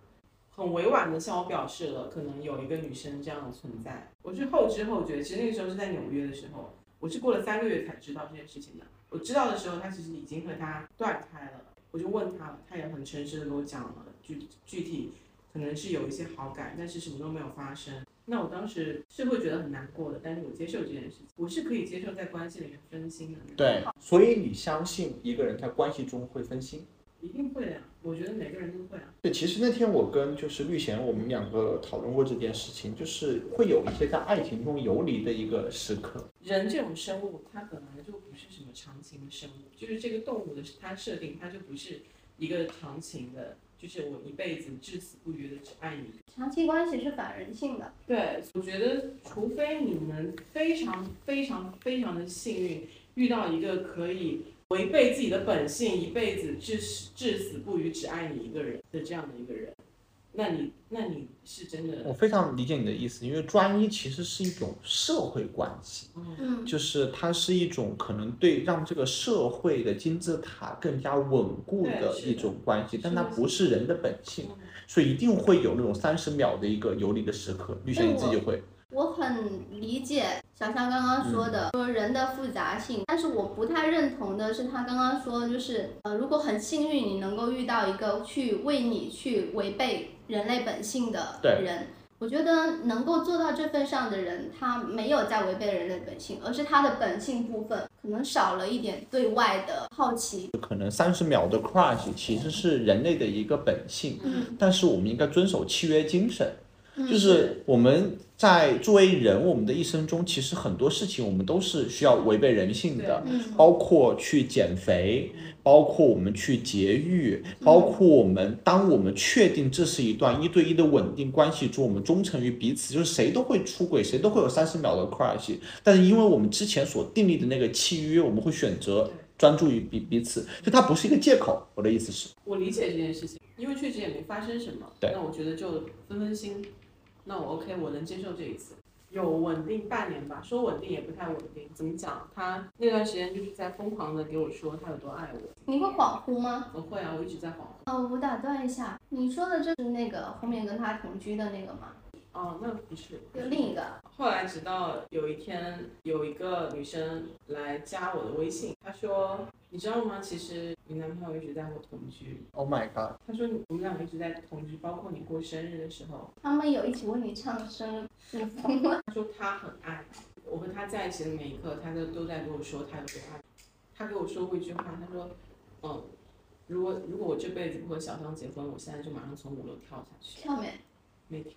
Speaker 5: 很委婉的向我表示了可能有一个女生这样的存在。我是后知后觉，其实那个时候是在纽约的时候，我是过了三个月才知道这件事情的。我知道的时候，他其实已经和他断开了。我就问他了，他也很诚实的跟我讲了具具体可能是有一些好感，但是什么都没有发生。那我当时是会觉得很难过的，但是我接受这件事情，我是可以接受在关系里面分心的。
Speaker 3: 对，所以你相信一个人在关系中会分心？
Speaker 5: 一定会的呀，我觉得每个人都会啊。
Speaker 3: 对，其实那天我跟就是绿贤，我们两个讨论过这件事情，就是会有一些在爱情中游离的一个时刻。
Speaker 5: 人这种生物，它本来就不是什么长情的生物，就是这个动物的它设定，它就不是一个长情的，就是我一辈子至死不渝的只爱你。
Speaker 7: 长期关系是反人性的，
Speaker 5: 对，我觉得除非你们非常非常非常的幸运，遇到一个可以违背自己的本性，一辈子至死至死不渝只爱你一个人的这样的一个人，那你那你是真
Speaker 3: 我
Speaker 5: 的，
Speaker 3: 非常理解你的意思，因为专一其实是一种社会关系，
Speaker 5: 嗯，
Speaker 1: 嗯，
Speaker 3: 就是它是一种可能对让这个社会的金字塔更加稳固
Speaker 5: 对
Speaker 3: 的
Speaker 5: 是的
Speaker 3: 一种关系，但它
Speaker 5: 是的
Speaker 3: 不是人的本性，
Speaker 5: 嗯
Speaker 3: 所以一定会有那种三十秒的一个游离的时刻。绿
Speaker 1: 对
Speaker 3: 贤你自己
Speaker 1: 我
Speaker 3: 会，嗯
Speaker 1: 我很理解小象刚刚说的，说人的复杂性，但是我不太认同的是他刚刚说的，就是呃，如果很幸运你能够遇到一个去为你去违背人类本性的
Speaker 3: 对
Speaker 1: 人。我觉得能够做到这份上的人，他没有在违背人类本性，而是他的本性部分可能少了一点对外的好奇。
Speaker 3: 可能三十秒的 crush 其实是人类的一个本性，
Speaker 1: 嗯
Speaker 3: 但是我们应该遵守契约精神。
Speaker 1: 嗯
Speaker 3: 就是我们在作为人，我们的一生中，其实很多事情我们都是需要违背人性的，
Speaker 5: 对
Speaker 1: 嗯
Speaker 3: 包括去减肥，包括我们去节育，包括我们当我们确定这是一段一对一的稳定关系中，我们忠诚于彼此，就是谁都会出轨，谁都会有三十秒的 crush，但是因为我们之前所订立的那个契约，我们会选择专注于彼彼此，就它不是一个借口。我的意思是，
Speaker 5: 我理解这件事情，因为确实也没发生什么。
Speaker 3: 对
Speaker 5: 那我觉得就分分心，那我 OK，我能接受这一次。有稳定半年吧，说稳定也不太稳定。怎么讲？他那段时间就是在疯狂的给我说他有多爱我。
Speaker 1: 你会恍惚吗？
Speaker 5: 我会啊，我一直在恍惚。
Speaker 1: 哦，我打断一下，你说的这是那个后面跟他同居的那个吗？
Speaker 5: 哦，那不是。
Speaker 1: 有另一个。
Speaker 5: 后来直到有一天，有一个女生来加我的微信，她说：“你知道吗？其实你男朋友一直在和我同居。
Speaker 3: Oh my god！”
Speaker 5: 她说：“你们两个一直在同居，包括你过生日的时候，
Speaker 1: 他们有一起为你唱生日嗯祝福吗？
Speaker 5: 他说他很爱我，我和他在一起的每一刻，他都都在跟我说他有多爱我。他给我说过一句话，他说，嗯，如果如果我这辈子不和小张结婚，我现在就马上从五楼跳下去。
Speaker 1: 跳没？
Speaker 5: 没跳，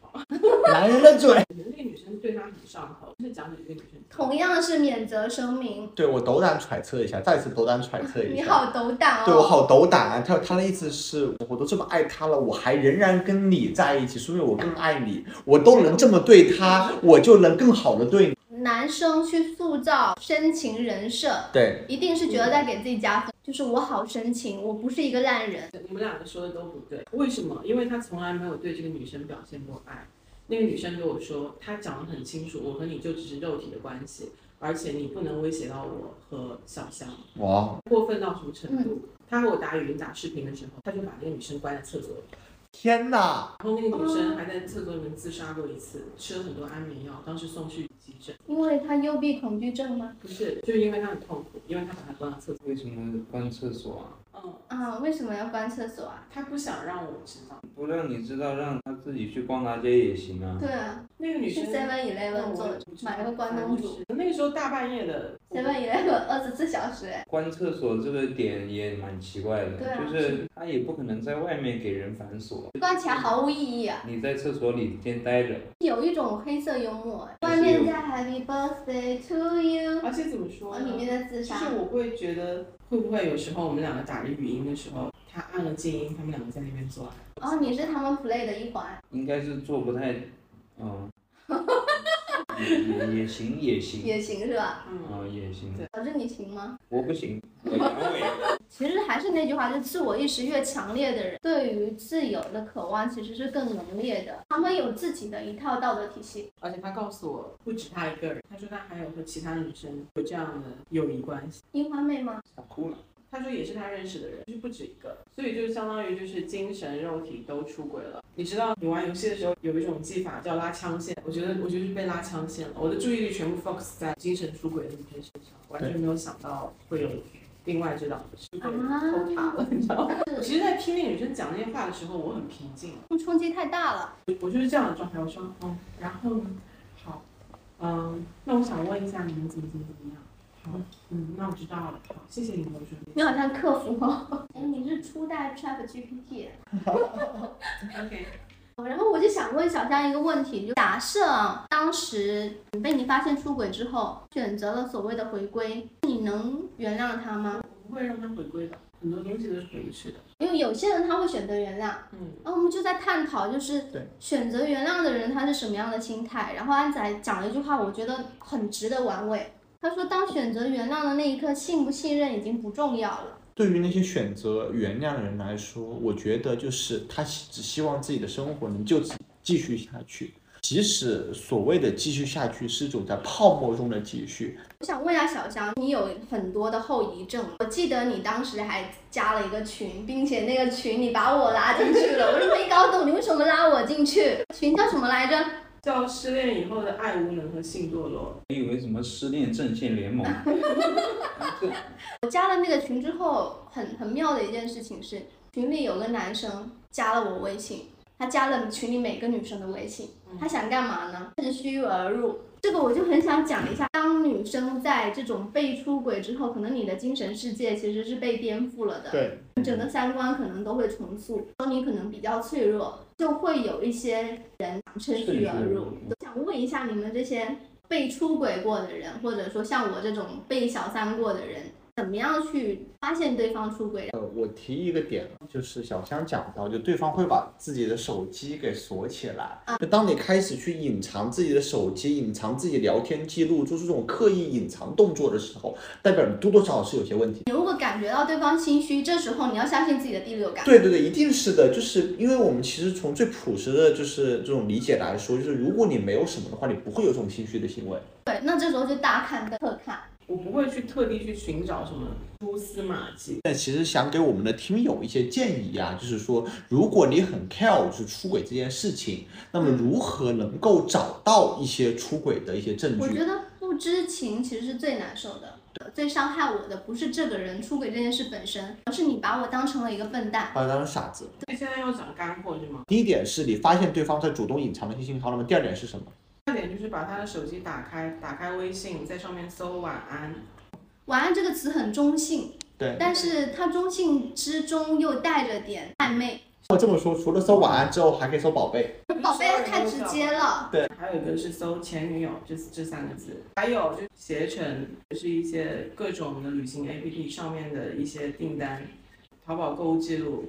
Speaker 3: 男人的嘴。
Speaker 5: 可能那个女生对他很上头，就是讲给这个女生
Speaker 1: 同样是免责声明，
Speaker 3: 对我斗胆揣测一下，再次斗胆揣 (laughs) 测一下。
Speaker 1: 你好斗胆哦。
Speaker 3: 对我好斗胆啊！他他的意思是我都这么爱他了，我还仍然跟你在一起，说明我更爱你。我都能这么对他，我就能更好的对你。
Speaker 1: 男生去塑造深情人设，
Speaker 3: 对，
Speaker 1: 一定是觉得在给自己加分，就是我好深情，我不是一个烂人。
Speaker 5: 你们两个说的都不对，为什么？因为他从来没有对这个女生表现过爱。那个女生跟我说，她讲得很清楚，我和你就只是肉体的关系，而且你不能威胁到我和小香。
Speaker 3: 哇，
Speaker 5: 过分到什么程度？他和我打语音打视频的时候，他就把那个女生关在厕所里，
Speaker 3: 天哪！
Speaker 5: 然后那个女生还在厕所里面自杀过一次，吃了很多安眠药，当时送去急诊。
Speaker 1: 因为他幽闭恐惧症吗？
Speaker 5: 不是，就是因为她很痛苦，因为她把她关到厕所。
Speaker 4: 为什么关厕所啊？
Speaker 5: 嗯，嗯，
Speaker 1: 啊，为什么要关厕所啊？
Speaker 5: 他不想让我知道。
Speaker 4: 不让你知道，让他自己去逛大街也行啊。
Speaker 1: 对啊，
Speaker 5: 那个女
Speaker 1: 是
Speaker 5: 生
Speaker 1: Seven
Speaker 5: 那
Speaker 1: Eleven
Speaker 5: 我
Speaker 1: 做的，买了个关东煮。
Speaker 5: 那个时候大半夜的，
Speaker 1: Seven Eleven 二十四小时，哎
Speaker 4: 关厕所这个点也蛮奇怪的，
Speaker 1: 对啊
Speaker 4: 就是他也不可能在外面给人反锁，
Speaker 1: 关起来毫无意义啊！
Speaker 4: 你在厕所里先待着，
Speaker 1: 有一种黑色幽默，哎
Speaker 7: 外
Speaker 4: 还是有
Speaker 7: 面在 Happy Birthday to you，
Speaker 5: 而且怎么说
Speaker 1: 往
Speaker 5: 呢？
Speaker 1: 哦里面在自
Speaker 5: 就
Speaker 1: 杀。
Speaker 5: 是我会觉得，会不会有时候我们两个打着语音的时候，他按了静音，他们两个在那边做爱。
Speaker 1: 哦，你是他们 play 的一环，
Speaker 4: 应该是做不太，嗯，也也也行
Speaker 1: (laughs)
Speaker 4: 也行，
Speaker 1: 也行是吧？
Speaker 5: 嗯，
Speaker 4: 啊、也行，
Speaker 5: 对
Speaker 1: 导致你行吗？
Speaker 4: 我不行，我阳痿，
Speaker 1: 其实还是那句话，就自我意识越强烈的人，对于自由的渴望其实是更浓烈的。他们有自己的一套道德体系。
Speaker 5: 而且他告诉我，不止他一个人，他说他还有和其他女生有这样的友谊关系。
Speaker 1: 樱花妹吗？
Speaker 4: 想哭了，
Speaker 5: 他说也是他认识的人，就是不止一个，所以就相当于就是精神肉体都出轨了。你知道你玩游戏的时候有一种技法叫拉枪线，我觉得我就是被拉枪线了，我的注意力全部 focus 在精神出轨的女生身上，完全没有想到会有另外这档子事，就被
Speaker 1: 啊
Speaker 5: 偷塔了，你知道吗？我其实，在听那个女生讲那些话的时候，我很平静，
Speaker 1: 冲击太大了。
Speaker 5: 我就是这样的状态。我说，哦，然后呢？好，嗯，那我想问一下你们怎么怎么怎么样？好，嗯，那我知道了。好，谢谢你们，我说。
Speaker 1: 你好像客服哦。
Speaker 7: 哎，你是初代 Chat GPT，
Speaker 5: OK，
Speaker 1: 然后我就想问小江一个问题，就假设啊当时你被你发现出轨之后，选择了所谓的回归，你能原谅他吗？
Speaker 5: 不会让他回归的，很多东西都是回不去的。
Speaker 1: 因为有些人他会选择原谅，
Speaker 5: 嗯，
Speaker 1: 然后我们就在探讨，就是
Speaker 3: 对
Speaker 1: 选择原谅的人他是什么样的心态。然后安仔讲了一句话，我觉得很值得玩味。他说，当选择原谅的那一刻，信不信任已经不重要了。
Speaker 3: 对于那些选择原谅的人来说，我觉得就是他希只希望自己的生活能就此继续下去，即使所谓的继续下去是一种在泡沫中的继续。
Speaker 1: 我想问一下小江，你有很多的后遗症，我记得你当时还加了一个群，并且那个群你把我拉进去了，我就没搞懂你为什么拉我进去。群叫什么来着？
Speaker 5: 叫失恋以后的爱无能和性堕落。
Speaker 4: 你以为什么失恋阵线联盟？这
Speaker 1: 我加了那个群之后，很很妙的一件事情是，群里有个男生加了我微信，他加了群里每个女生的微信，他想干嘛呢？趁虚而入。这个我就很想讲一下，当女生在这种被出轨之后，可能你的精神世界其实是被颠覆了的。
Speaker 3: 对，
Speaker 1: 整个三观可能都会重塑，你可能比较脆弱，就会有一些人趁虚而入。想问一下你们这些被出轨过的人，或者说像我这种被小三过的人，怎么样去发现对方出轨？
Speaker 3: 呃，我提一个点，就是小香讲到，就对方会把自己的手机给锁起来。就当你开始去隐藏自己的手机、隐藏自己聊天记录，做出这种刻意隐藏动作的时候，代表你多多少少是有些问题。
Speaker 1: 你如果感觉到对方心虚，这时候你要相信自己的第六感。
Speaker 3: 对对对，一定是的，就是因为我们其实从最朴实的，就是这种理解来说，就是如果你没有什么的话，你不会有这种心虚的行为。
Speaker 1: 对，那这时候就大看特看。
Speaker 5: 我不会去特地去寻找什么蛛丝马迹。
Speaker 3: 但其实想给我们的听友一些建议啊，就是说，如果你很 care 就是出轨这件事情，那么如何能够找到一些出轨的一些证
Speaker 1: 我
Speaker 3: 据
Speaker 1: 觉？得不知情其实是最难受的，最伤害我的不是这个人出轨这件事本身，而是你把我当成了一个笨蛋。
Speaker 3: 把他啊当成傻子。
Speaker 5: 所以现在要讲干货是吗？
Speaker 3: 第一点是你发现对方在主动隐藏了一些信号，那么第二点是什么？
Speaker 5: 第二点就是把他的手机打开，打开微信，在上面搜啊晚安。
Speaker 1: 晚安这个词很中性，
Speaker 3: 对
Speaker 1: 但是它中性之中又带着点暧昧。
Speaker 3: 我这么说，除了搜晚安之后，还可以搜宝贝。
Speaker 1: 宝贝太直接了，
Speaker 5: 还有一个是搜前女友这这三个字，还有就携程，就是一些各种的旅行 APP 上面的一些订单，淘宝购物记录。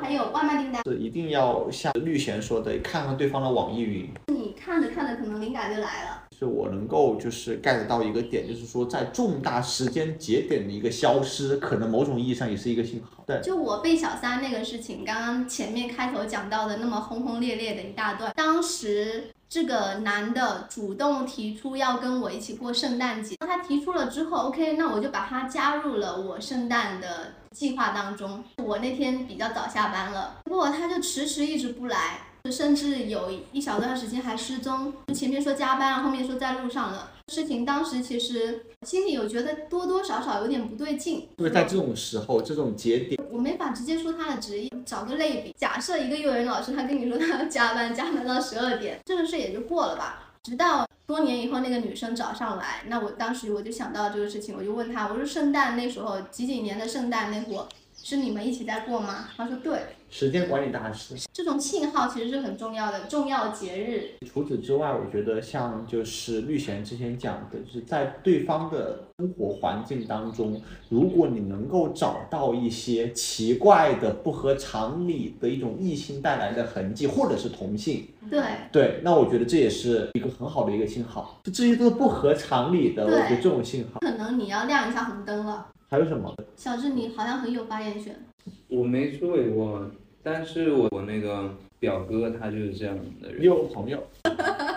Speaker 1: 还有外卖订单，
Speaker 3: 是一定要像绿贤说的，看看对方的网易云。
Speaker 1: 你看着看着可能灵感就来了。
Speaker 3: 是我能够就是 get 到一个点，就是说在重大时间节点的一个消失，可能某种意义上也是一个信号。对，
Speaker 1: 就我被小三那个事情，刚刚前面开头讲到的那么轰轰烈烈的一大段，当时这个男的主动提出要跟我一起过圣诞节，他提出了之后，OK，那我就把他加入了我圣诞的计划当中。我那天比较早下班了，结果他就迟迟一直不来。甚至有一小段时间还失踪。前面说加班，后面说在路上了。事情当时其实心里有觉得多多少少有点不对劲，
Speaker 3: 就是在这种时候，这种节点，
Speaker 1: 我没法直接说他的职业，找个类比，假设一个幼儿园老师，他跟你说他要加班，加班到十二点， (laughs) 这个事也就过了吧。直到多年以后，那个女生找上来，那我当时我就想到这个事情，我就问她，我说圣诞那时候几几年的圣诞那会儿是你们一起在过吗？她说对，
Speaker 3: 时间管理大师。
Speaker 1: 这种信号其实是很重要的，重要节日。
Speaker 3: 除此之外，我觉得像就是绿贤之前讲的，就是在对方的生活环境当中，如果你能够找到一些奇怪的、不合常理的一种异性带来的痕迹，或者是同性，
Speaker 1: 对，
Speaker 3: 对，那我觉得这也是一个很好的一个信号。就这些都是不合常理的，我
Speaker 1: 对
Speaker 3: 觉得这种信号。
Speaker 1: 可能你要亮一下红灯了。
Speaker 3: 还有什么？
Speaker 1: 小智，你好像很有发言权。 (laughs)
Speaker 4: 我没出轨过，但是我我那个表哥他就是这样的人，
Speaker 3: 有朋友，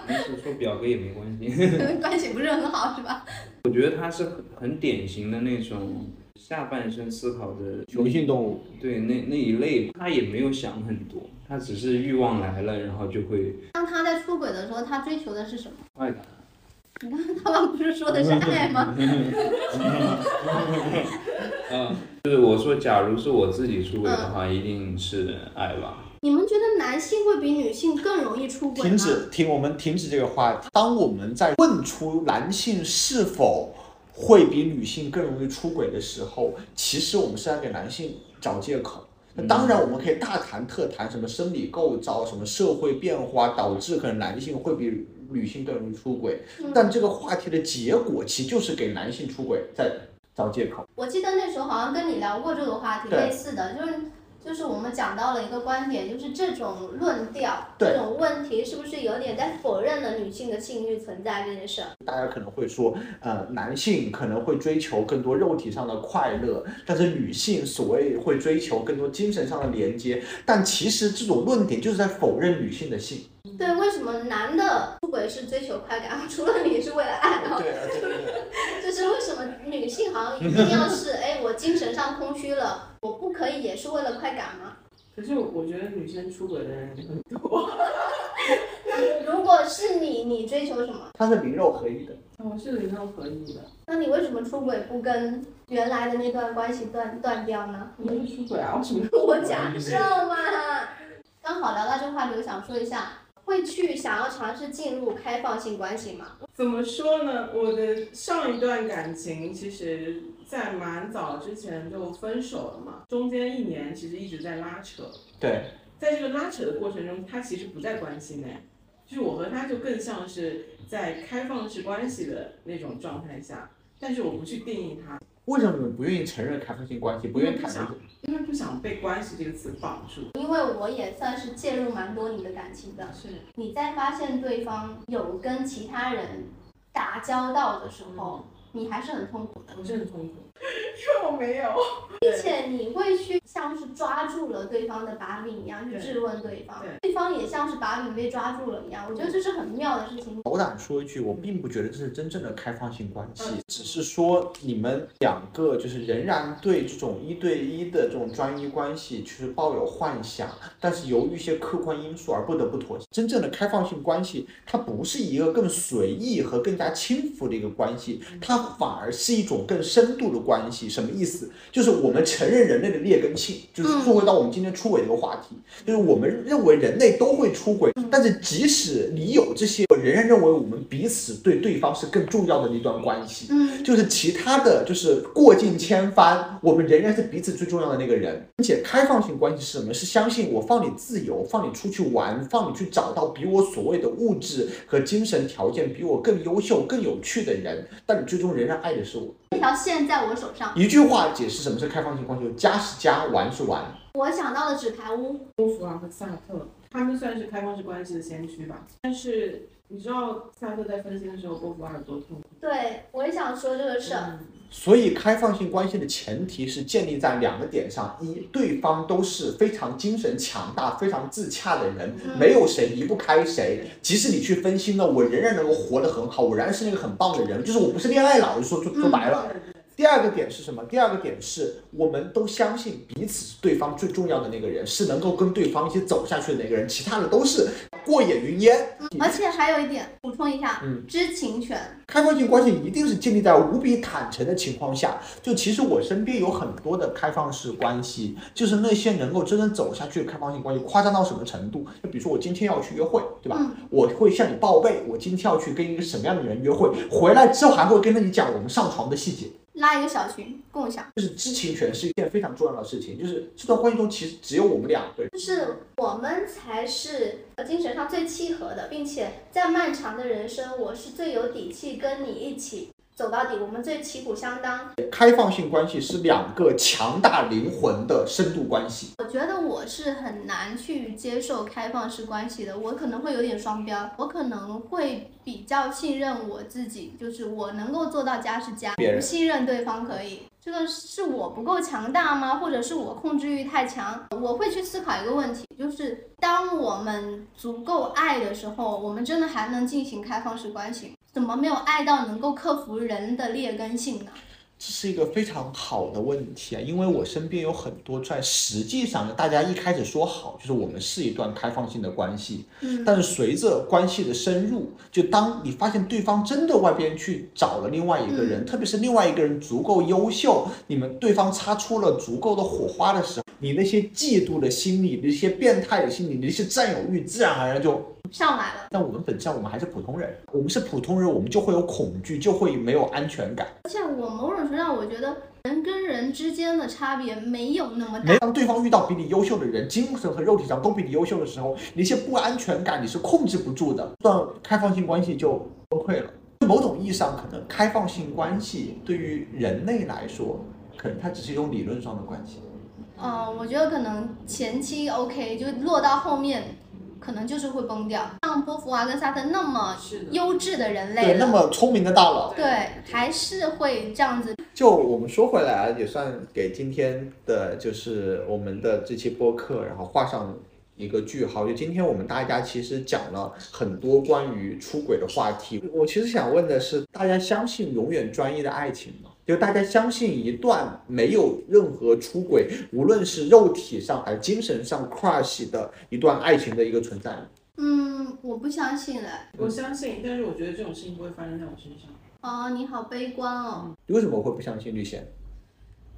Speaker 4: 没事说表哥也没关系。 (laughs)
Speaker 1: 关系不是很好是吧？
Speaker 4: 我觉得他是很很典型的那种下半身思考的
Speaker 3: 雄性动物，
Speaker 4: 对那那一类，他也没有想很多，他只是欲望来了，然后就会呃
Speaker 1: 当他在出轨的时候，他追求的是什么？ (laughs)
Speaker 4: 快感。
Speaker 1: 你刚刚他们不是说的是爱吗？
Speaker 4: 嗯，就是我说，假如是我自己出轨的
Speaker 3: 嗯
Speaker 4: 话，一定是爱吧。
Speaker 1: 你们觉得男性会比女性更容易出轨
Speaker 3: 停
Speaker 1: 吗？
Speaker 3: 止，停，我们停止这个话题。当我们在问出男性是否会比女性更容易出轨的时候，其实我们是在给男性找借口。那当然，我们可以大谈特谈什么生理构造、什么社会变化导致可能男性会比女性更容易出轨，但这个话题的结果其实就是给男性出轨在找借口。
Speaker 1: 我记得那时候好像跟你聊过这个话题，
Speaker 3: 对
Speaker 1: 类似的，就是就是我们讲到了一个观点，就是这种论调，
Speaker 3: 对
Speaker 1: 这种问题是不是有点在否认了女性的性欲存在这件事儿？
Speaker 3: 大家可能会说，呃，男性可能会追求更多肉体上的快乐，但是女性所谓会追求更多精神上的连接，但其实这种论点就是在否认女性的性。
Speaker 1: 对，为什么男的出轨是追求快感，除了你是为了爱， (laughs) 然后
Speaker 3: (laughs) 对啊，对对对。
Speaker 1: 就是为什么女性好像一定要
Speaker 3: (laughs)
Speaker 1: 是，哎，我精神上空虚了，我不可以也是为了快感吗？
Speaker 5: 可是我觉得女生出轨的人很多，
Speaker 1: 如果是你，你追求什么？
Speaker 3: 它是灵肉合一的。
Speaker 5: 我哦是零到合一的。
Speaker 1: 那你为什么出轨不跟原来的那段关系断断掉呢？ (laughs)
Speaker 5: 我没有出轨啊，为什么？
Speaker 1: 我假设嘛。刚好聊到这个话题，我想说一下，会去想要尝试进入开放性关系吗？
Speaker 5: 怎么说呢？我的上一段感情其实，在蛮早之前就分手了嘛，中间一年其实一直在拉扯，
Speaker 3: 对，
Speaker 5: 在这个拉扯的过程中，他其实不在关系内，就是我和他就更像是在开放式关系的那种状态下，但是我不去定义他，
Speaker 3: 为什么你们不愿意承认开放性关系，不愿意谈论？
Speaker 5: 因为不想被“关系”这个词绑住。
Speaker 1: 因为我也算是介入蛮多你的感情的。
Speaker 5: 是，
Speaker 1: 你在发现对方有跟其他人打交道的时候，
Speaker 5: 嗯
Speaker 1: 你还是很痛苦的，
Speaker 5: 我是很痛苦，因为我没有。
Speaker 1: 并且你会去像是抓住了对方的把柄一样去
Speaker 5: 对
Speaker 1: 质问对方，
Speaker 5: 对
Speaker 1: 对方也像是把柄被抓住了一样。我觉得这是很妙的事情。
Speaker 3: 斗胆说一句，我并不觉得这是真正的开放性关系，只是说你们两个就是仍然对这种一对一的这种专一关系就是抱有幻想，但是由于一些客观因素而不得不妥协。真正的开放性关系，它不是一个更随意和更加轻浮的一个关系，它反而是一种更深度的关系。什么意思？就是我们承认人类的劣根性，就是说回到我们今天出轨这个话题，就是我们认为人类都会出轨，但是即使你有这些，我仍然认为我们彼此对对方是更重要的一段关系。
Speaker 1: 嗯，
Speaker 3: 就是其他的就是过尽千帆，我们仍然是彼此最重要的那个人。并且开放性关系是什么？是相信我放你自由，放你出去玩，放你去找到比我所谓的物质和精神条件比我更优秀、更有趣的人，但你最终仍然爱的是我。
Speaker 1: 这条线在我手上。
Speaker 3: 一句话解释什么是开放性关系：家是家，玩是玩。
Speaker 1: 我想到了纸牌屋，
Speaker 5: 波伏娃和萨特，他们算是开放式关系的先驱吧。但是你知道萨特在分析的时候，波伏娃有多痛苦？
Speaker 1: 对我也想说这个事儿。
Speaker 3: 所以，开放性关系的前提是建立在两个点上：一，对方都是非常精神强大、非常自洽的人，没有谁离不开谁。即使你去分心了，我仍然能够活得很好，我仍然是那个很棒的人。就是我不是恋爱脑，就说说说白了。第二个点是什么？第二个点是我们都相信彼此是对方最重要的那个人，是能够跟对方一起走下去的那个人，其他的都是过眼云烟。
Speaker 1: 而且还有一点补充一下，
Speaker 3: 嗯
Speaker 1: 知情权，
Speaker 3: 开放性关系一定是建立在无比坦诚的情况下。就其实我身边有很多的开放式关系，就是那些能够真正走下去的开放性关系，夸张到什么程度？就比如说我今天要去约会，对吧？
Speaker 1: 嗯
Speaker 3: 我会向你报备我今天要去跟一个什么样的人约会，回来之后还会跟着你讲我们上床的细节。
Speaker 1: 拉一个小群共享。
Speaker 3: 就是知情权是一件非常重要的事情，就是这段关系中其实只有我们两个人。
Speaker 7: 就是我们才是精神上最契合的，并且在漫长的人生，我是最有底气跟你一起走到底，我们最旗鼓相当。
Speaker 3: 开放性关系是两个强大灵魂的深度关系。
Speaker 1: 我觉得我是很难去接受开放式关系的，我可能会有点双标，我可能会比较信任我自己，就是我能够做到家是家，
Speaker 3: 别人
Speaker 1: 不信任对方可以。这个是我不够强大吗？或者是我控制欲太强？我会去思考一个问题，就是当我们足够爱的时候，我们真的还能进行开放式关系吗？怎么没有爱到能够克服人的劣根性呢？
Speaker 3: 这是一个非常好的问题啊，因为我身边有很多在实际上大家一开始说好，就是我们是一段开放性的关系，
Speaker 1: 嗯
Speaker 3: 但是随着关系的深入，就当你发现对方真的外边去找了另外一个人，特别是另外一个人足够优秀，你们对方擦出了足够的火花的时候，你那些嫉妒的心理、那些变态的心理、那些占有欲，自然而然就
Speaker 1: 上来了。
Speaker 3: 但我们本质上我们还是普通人，我们是普通人，我们就会有恐惧，就会没有安全感。
Speaker 1: 而且我某种程度上，我觉得人跟人之间的差别没有那么
Speaker 3: 没
Speaker 1: 大。
Speaker 3: 当对方遇到比你优秀的人，精神和肉体上都比你优秀的时候，你一些不安全感你是控制不住的，这段开放性关系就崩溃了。某种意义上，可能开放性关系对于人类来说，可能它只是一种理论上的关系。
Speaker 1: 嗯、我觉得可能前期 OK，就落到后面，可能就是会崩掉。像波伏娃跟萨特那么
Speaker 5: 啊是的
Speaker 1: 优质的人类
Speaker 3: 对，那
Speaker 1: 了，
Speaker 3: 么聪明的大佬，
Speaker 1: 对，还是会这样子。
Speaker 6: 就我们说回来啊，也算给今天的，就是我们的这期播客，然后画上一个句号。就今天我们大家其实讲了很多关于出轨的话题。我其实想问的是，大家相信永远专一的爱情吗？就大家相信一段没有任何出轨，无论是肉体上还是精神上 crush 的一段爱情的一个存在吗？
Speaker 1: 嗯，我不相信嘞。
Speaker 5: 我相信，但是我觉得这种事情不会发生在我身上。
Speaker 1: 哦，你好悲观哦，
Speaker 6: 为什么会不相信绿线？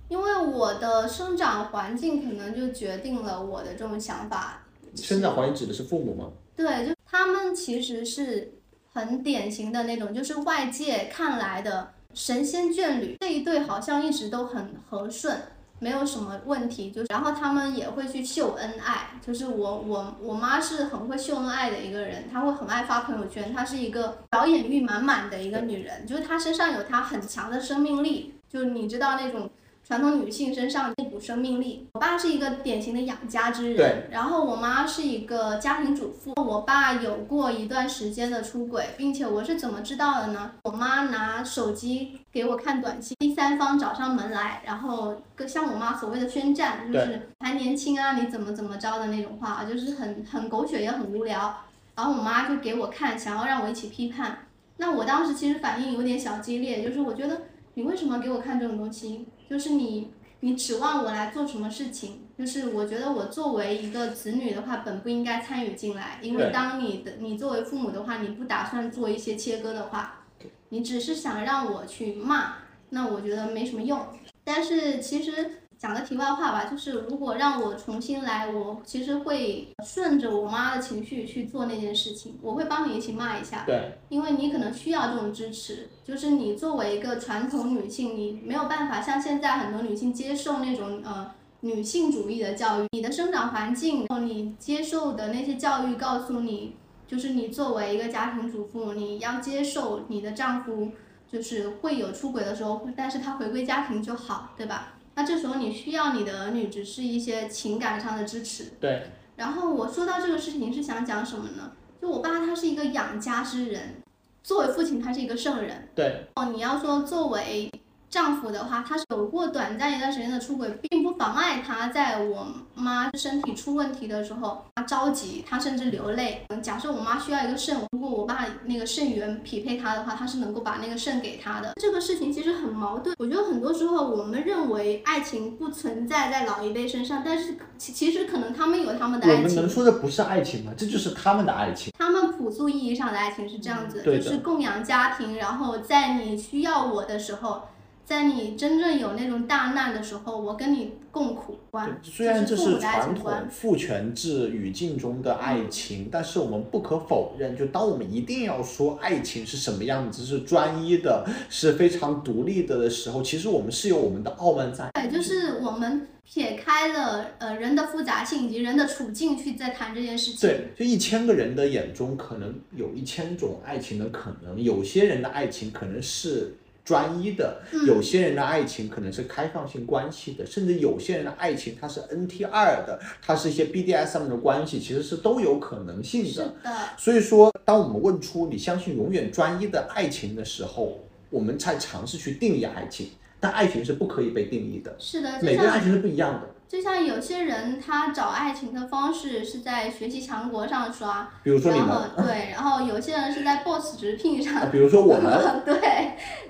Speaker 1: 因为我的生长环境可能就决定了我的这种想法。
Speaker 6: 生长环境指的是父母吗？
Speaker 1: 对，就他们其实是很典型的那种，就是外界看来的神仙眷侣这一对，好像一直都很和顺，没有什么问题。就是然后他们也会去秀恩爱，就是我我我妈是很会秀恩爱的一个人，她会很爱发朋友圈，她是一个表演欲满满的一个女人，就是她身上有她很强的生命力，就是你知道那种。传统女性身上那股生命力。我爸是一个典型的养家之人
Speaker 3: 对，
Speaker 1: 然后我妈是一个家庭主妇。我爸有过一段时间的出轨，并且我是怎么知道的呢？我妈拿手机给我看短信，第三方找上门来，然后跟像我妈所谓的宣战，就是还年轻啊，你怎么怎么着的那种话，就是很很狗血也很无聊。然后我妈就给我看，想要让我一起批判。那我当时其实反应有点小激烈，就是我觉得你为什么给我看这种东西？就是你你指望我来做什么事情？就是我觉得我作为一个子女的话，本不应该参与进来，因为
Speaker 3: 对
Speaker 1: 当你的你作为父母的话，你不打算做一些切割的话，你只是想让我去骂，那我觉得没什么用。但是其实讲个题外话吧，就是如果让我重新来，我其实会顺着我妈的情绪去做那件事情，我会帮你一起骂一下。
Speaker 3: 对，
Speaker 1: 因为你可能需要这种支持，就是你作为一个传统女性，你没有办法像现在很多女性接受那种呃女性主义的教育，你的生长环境，然后你接受的那些教育告诉你，就是你作为一个家庭主妇，你要接受你的丈夫就是会有出轨的时候，但是他回归家庭就好，对吧？那这时候你需要你的儿女只是一些情感上的支持。
Speaker 3: 对。
Speaker 1: 然后我说到这个事情是想讲什么呢？就我爸他是一个养家之人，作为父亲他是一个圣人。
Speaker 3: 对。
Speaker 1: 哦，你要说作为丈夫的话，他是有过短暂一段时间的出轨，并不妨碍他在我妈身体出问题的时候，他着急，他甚至流泪。嗯假设我妈需要一个肾，如果我爸那个肾源匹配他的话，他是能够把那个肾给他的。这个事情其实很矛盾。我觉得很多时候我们认为爱情不存在在老一辈身上，但是其其实可能他们有他们的
Speaker 3: 我
Speaker 1: 爱
Speaker 3: 们能
Speaker 1: 情。
Speaker 3: 说的不是爱情吗？这就是他们的爱情。
Speaker 1: 他们朴素意义上的爱情是这样子，
Speaker 8: 嗯对
Speaker 1: 就
Speaker 8: 的
Speaker 1: 是供养家庭，然后在你需要我的时候，在你真正有那种大难的时候，我跟你共苦观。
Speaker 3: 虽然
Speaker 1: 这
Speaker 3: 这
Speaker 1: 父
Speaker 3: 是
Speaker 1: 母的爱
Speaker 3: 传
Speaker 1: 情嗯
Speaker 3: 统
Speaker 1: 观，
Speaker 3: 父权制语境中的爱情，但是我们不可否认，就当我们一定要说爱情是什么样子，是专一的，是非常独立的的时候，其实我们是有我们的傲慢在。
Speaker 1: 对，就是我们撇开了呃人的复杂性以及人的处境去在谈这件事情。
Speaker 3: 对，就一千个人的眼中，可能有一千种爱情的可能，有些人的爱情可能是。专一的，
Speaker 1: 嗯
Speaker 3: 有些人的爱情可能是开放性关系的，甚至有些人的爱情它是 NTR 的，它是一些 BDSM 的关系，其实是都有可能性的。
Speaker 1: 是的，
Speaker 3: 所以说，当我们问出你相信永远专一的爱情的时候，我们才尝试去定义爱情。但爱情是不可以被定义的，
Speaker 1: 是的，就
Speaker 3: 每个人爱
Speaker 1: 像
Speaker 3: 情是不一样的。
Speaker 1: 就像有些人他找爱情的方式是在学习强国上刷，
Speaker 3: 比如说你
Speaker 1: 然
Speaker 3: 们，
Speaker 1: 后对，啊然后有些人是在 boss 直聘上
Speaker 3: 啊比如说我
Speaker 1: (laughs)
Speaker 3: 们，
Speaker 1: 对，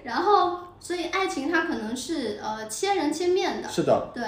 Speaker 1: 然后所以爱情它可能是呃千人千面的，
Speaker 3: 是的。
Speaker 1: 对，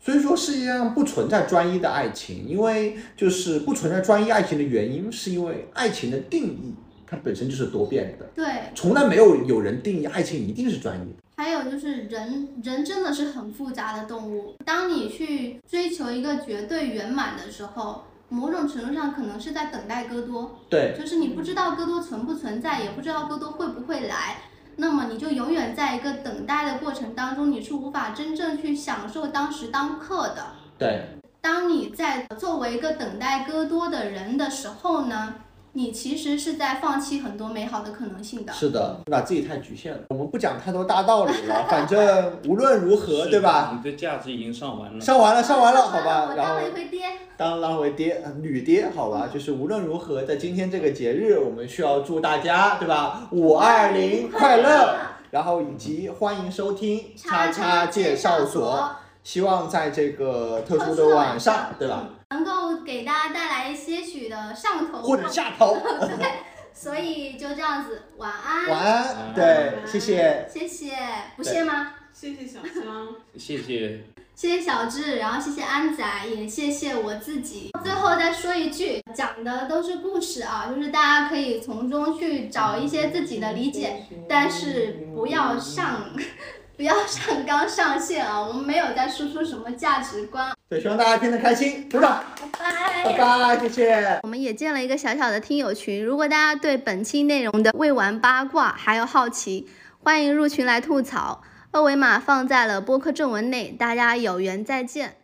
Speaker 3: 所以说，世界上不存在专一的爱情，因为就是不存在专一爱情的原因，是因为爱情的定义它本身就是多变的，
Speaker 1: 对，
Speaker 3: 从来没有有人定义爱情一定是专一的。
Speaker 1: 还有就是人，人真的是很复杂的动物。当你去追求一个绝对圆满的时候，某种程度上可能是在等待戈多，
Speaker 3: 对，
Speaker 1: 就是你不知道戈多存不存在，也不知道戈多会不会来。那么你就永远在一个等待的过程当中，你是无法真正去享受当时当刻的。
Speaker 3: 对，
Speaker 1: 当你在作为一个等待戈多的人的时候呢，你其实是在放弃很多美好的可能性的。
Speaker 3: 是的，把自己太局限了。我们不讲太多大道理了，反正无论如何，对吧？？
Speaker 4: 你的价值已经上完了。
Speaker 3: 上完了，上嗯完了，好
Speaker 1: 我
Speaker 3: 吧。然
Speaker 1: 当
Speaker 3: 后
Speaker 1: 了一回爹，
Speaker 3: 当当为爹，呃女爹，好吧。就是无论如何，在今天这个节日，我们需要祝大家，对吧？五二零快乐！然后以及欢迎收听
Speaker 1: 叉叉
Speaker 3: 叉叉
Speaker 1: 介
Speaker 3: 介
Speaker 1: 绍
Speaker 3: 绍
Speaker 1: 所
Speaker 3: 所。希望在这个特殊
Speaker 1: 特殊
Speaker 3: 的
Speaker 1: 的
Speaker 3: 晚
Speaker 1: 晚上
Speaker 3: 上，对吧？
Speaker 1: 能够给大家带来些许的上头，
Speaker 3: 或者下 (laughs) 头，
Speaker 1: 所以就这样子，晚安，
Speaker 3: 晚安。
Speaker 4: 嗯
Speaker 3: 对，谢谢。
Speaker 1: 谢谢，不谢吗？
Speaker 5: 谢谢小香，
Speaker 4: 谢谢。
Speaker 1: 谢谢小智，然后谢谢安仔，也谢谢我自己。最后再说一句，讲的都是故事啊，就是大家可以从中去找一些自己的理解，但是不要上， (laughs) 不要上纲上线啊！我们没有在输出什么价值观，
Speaker 3: 对，希望大家听得开心，鼓掌，拜拜，谢谢。
Speaker 1: 我们也建了一个小小的听友群，如果大家对本期内容的未完八卦还有好奇，欢迎入群来吐槽，二维码放在了播客正文内，大家有缘再见。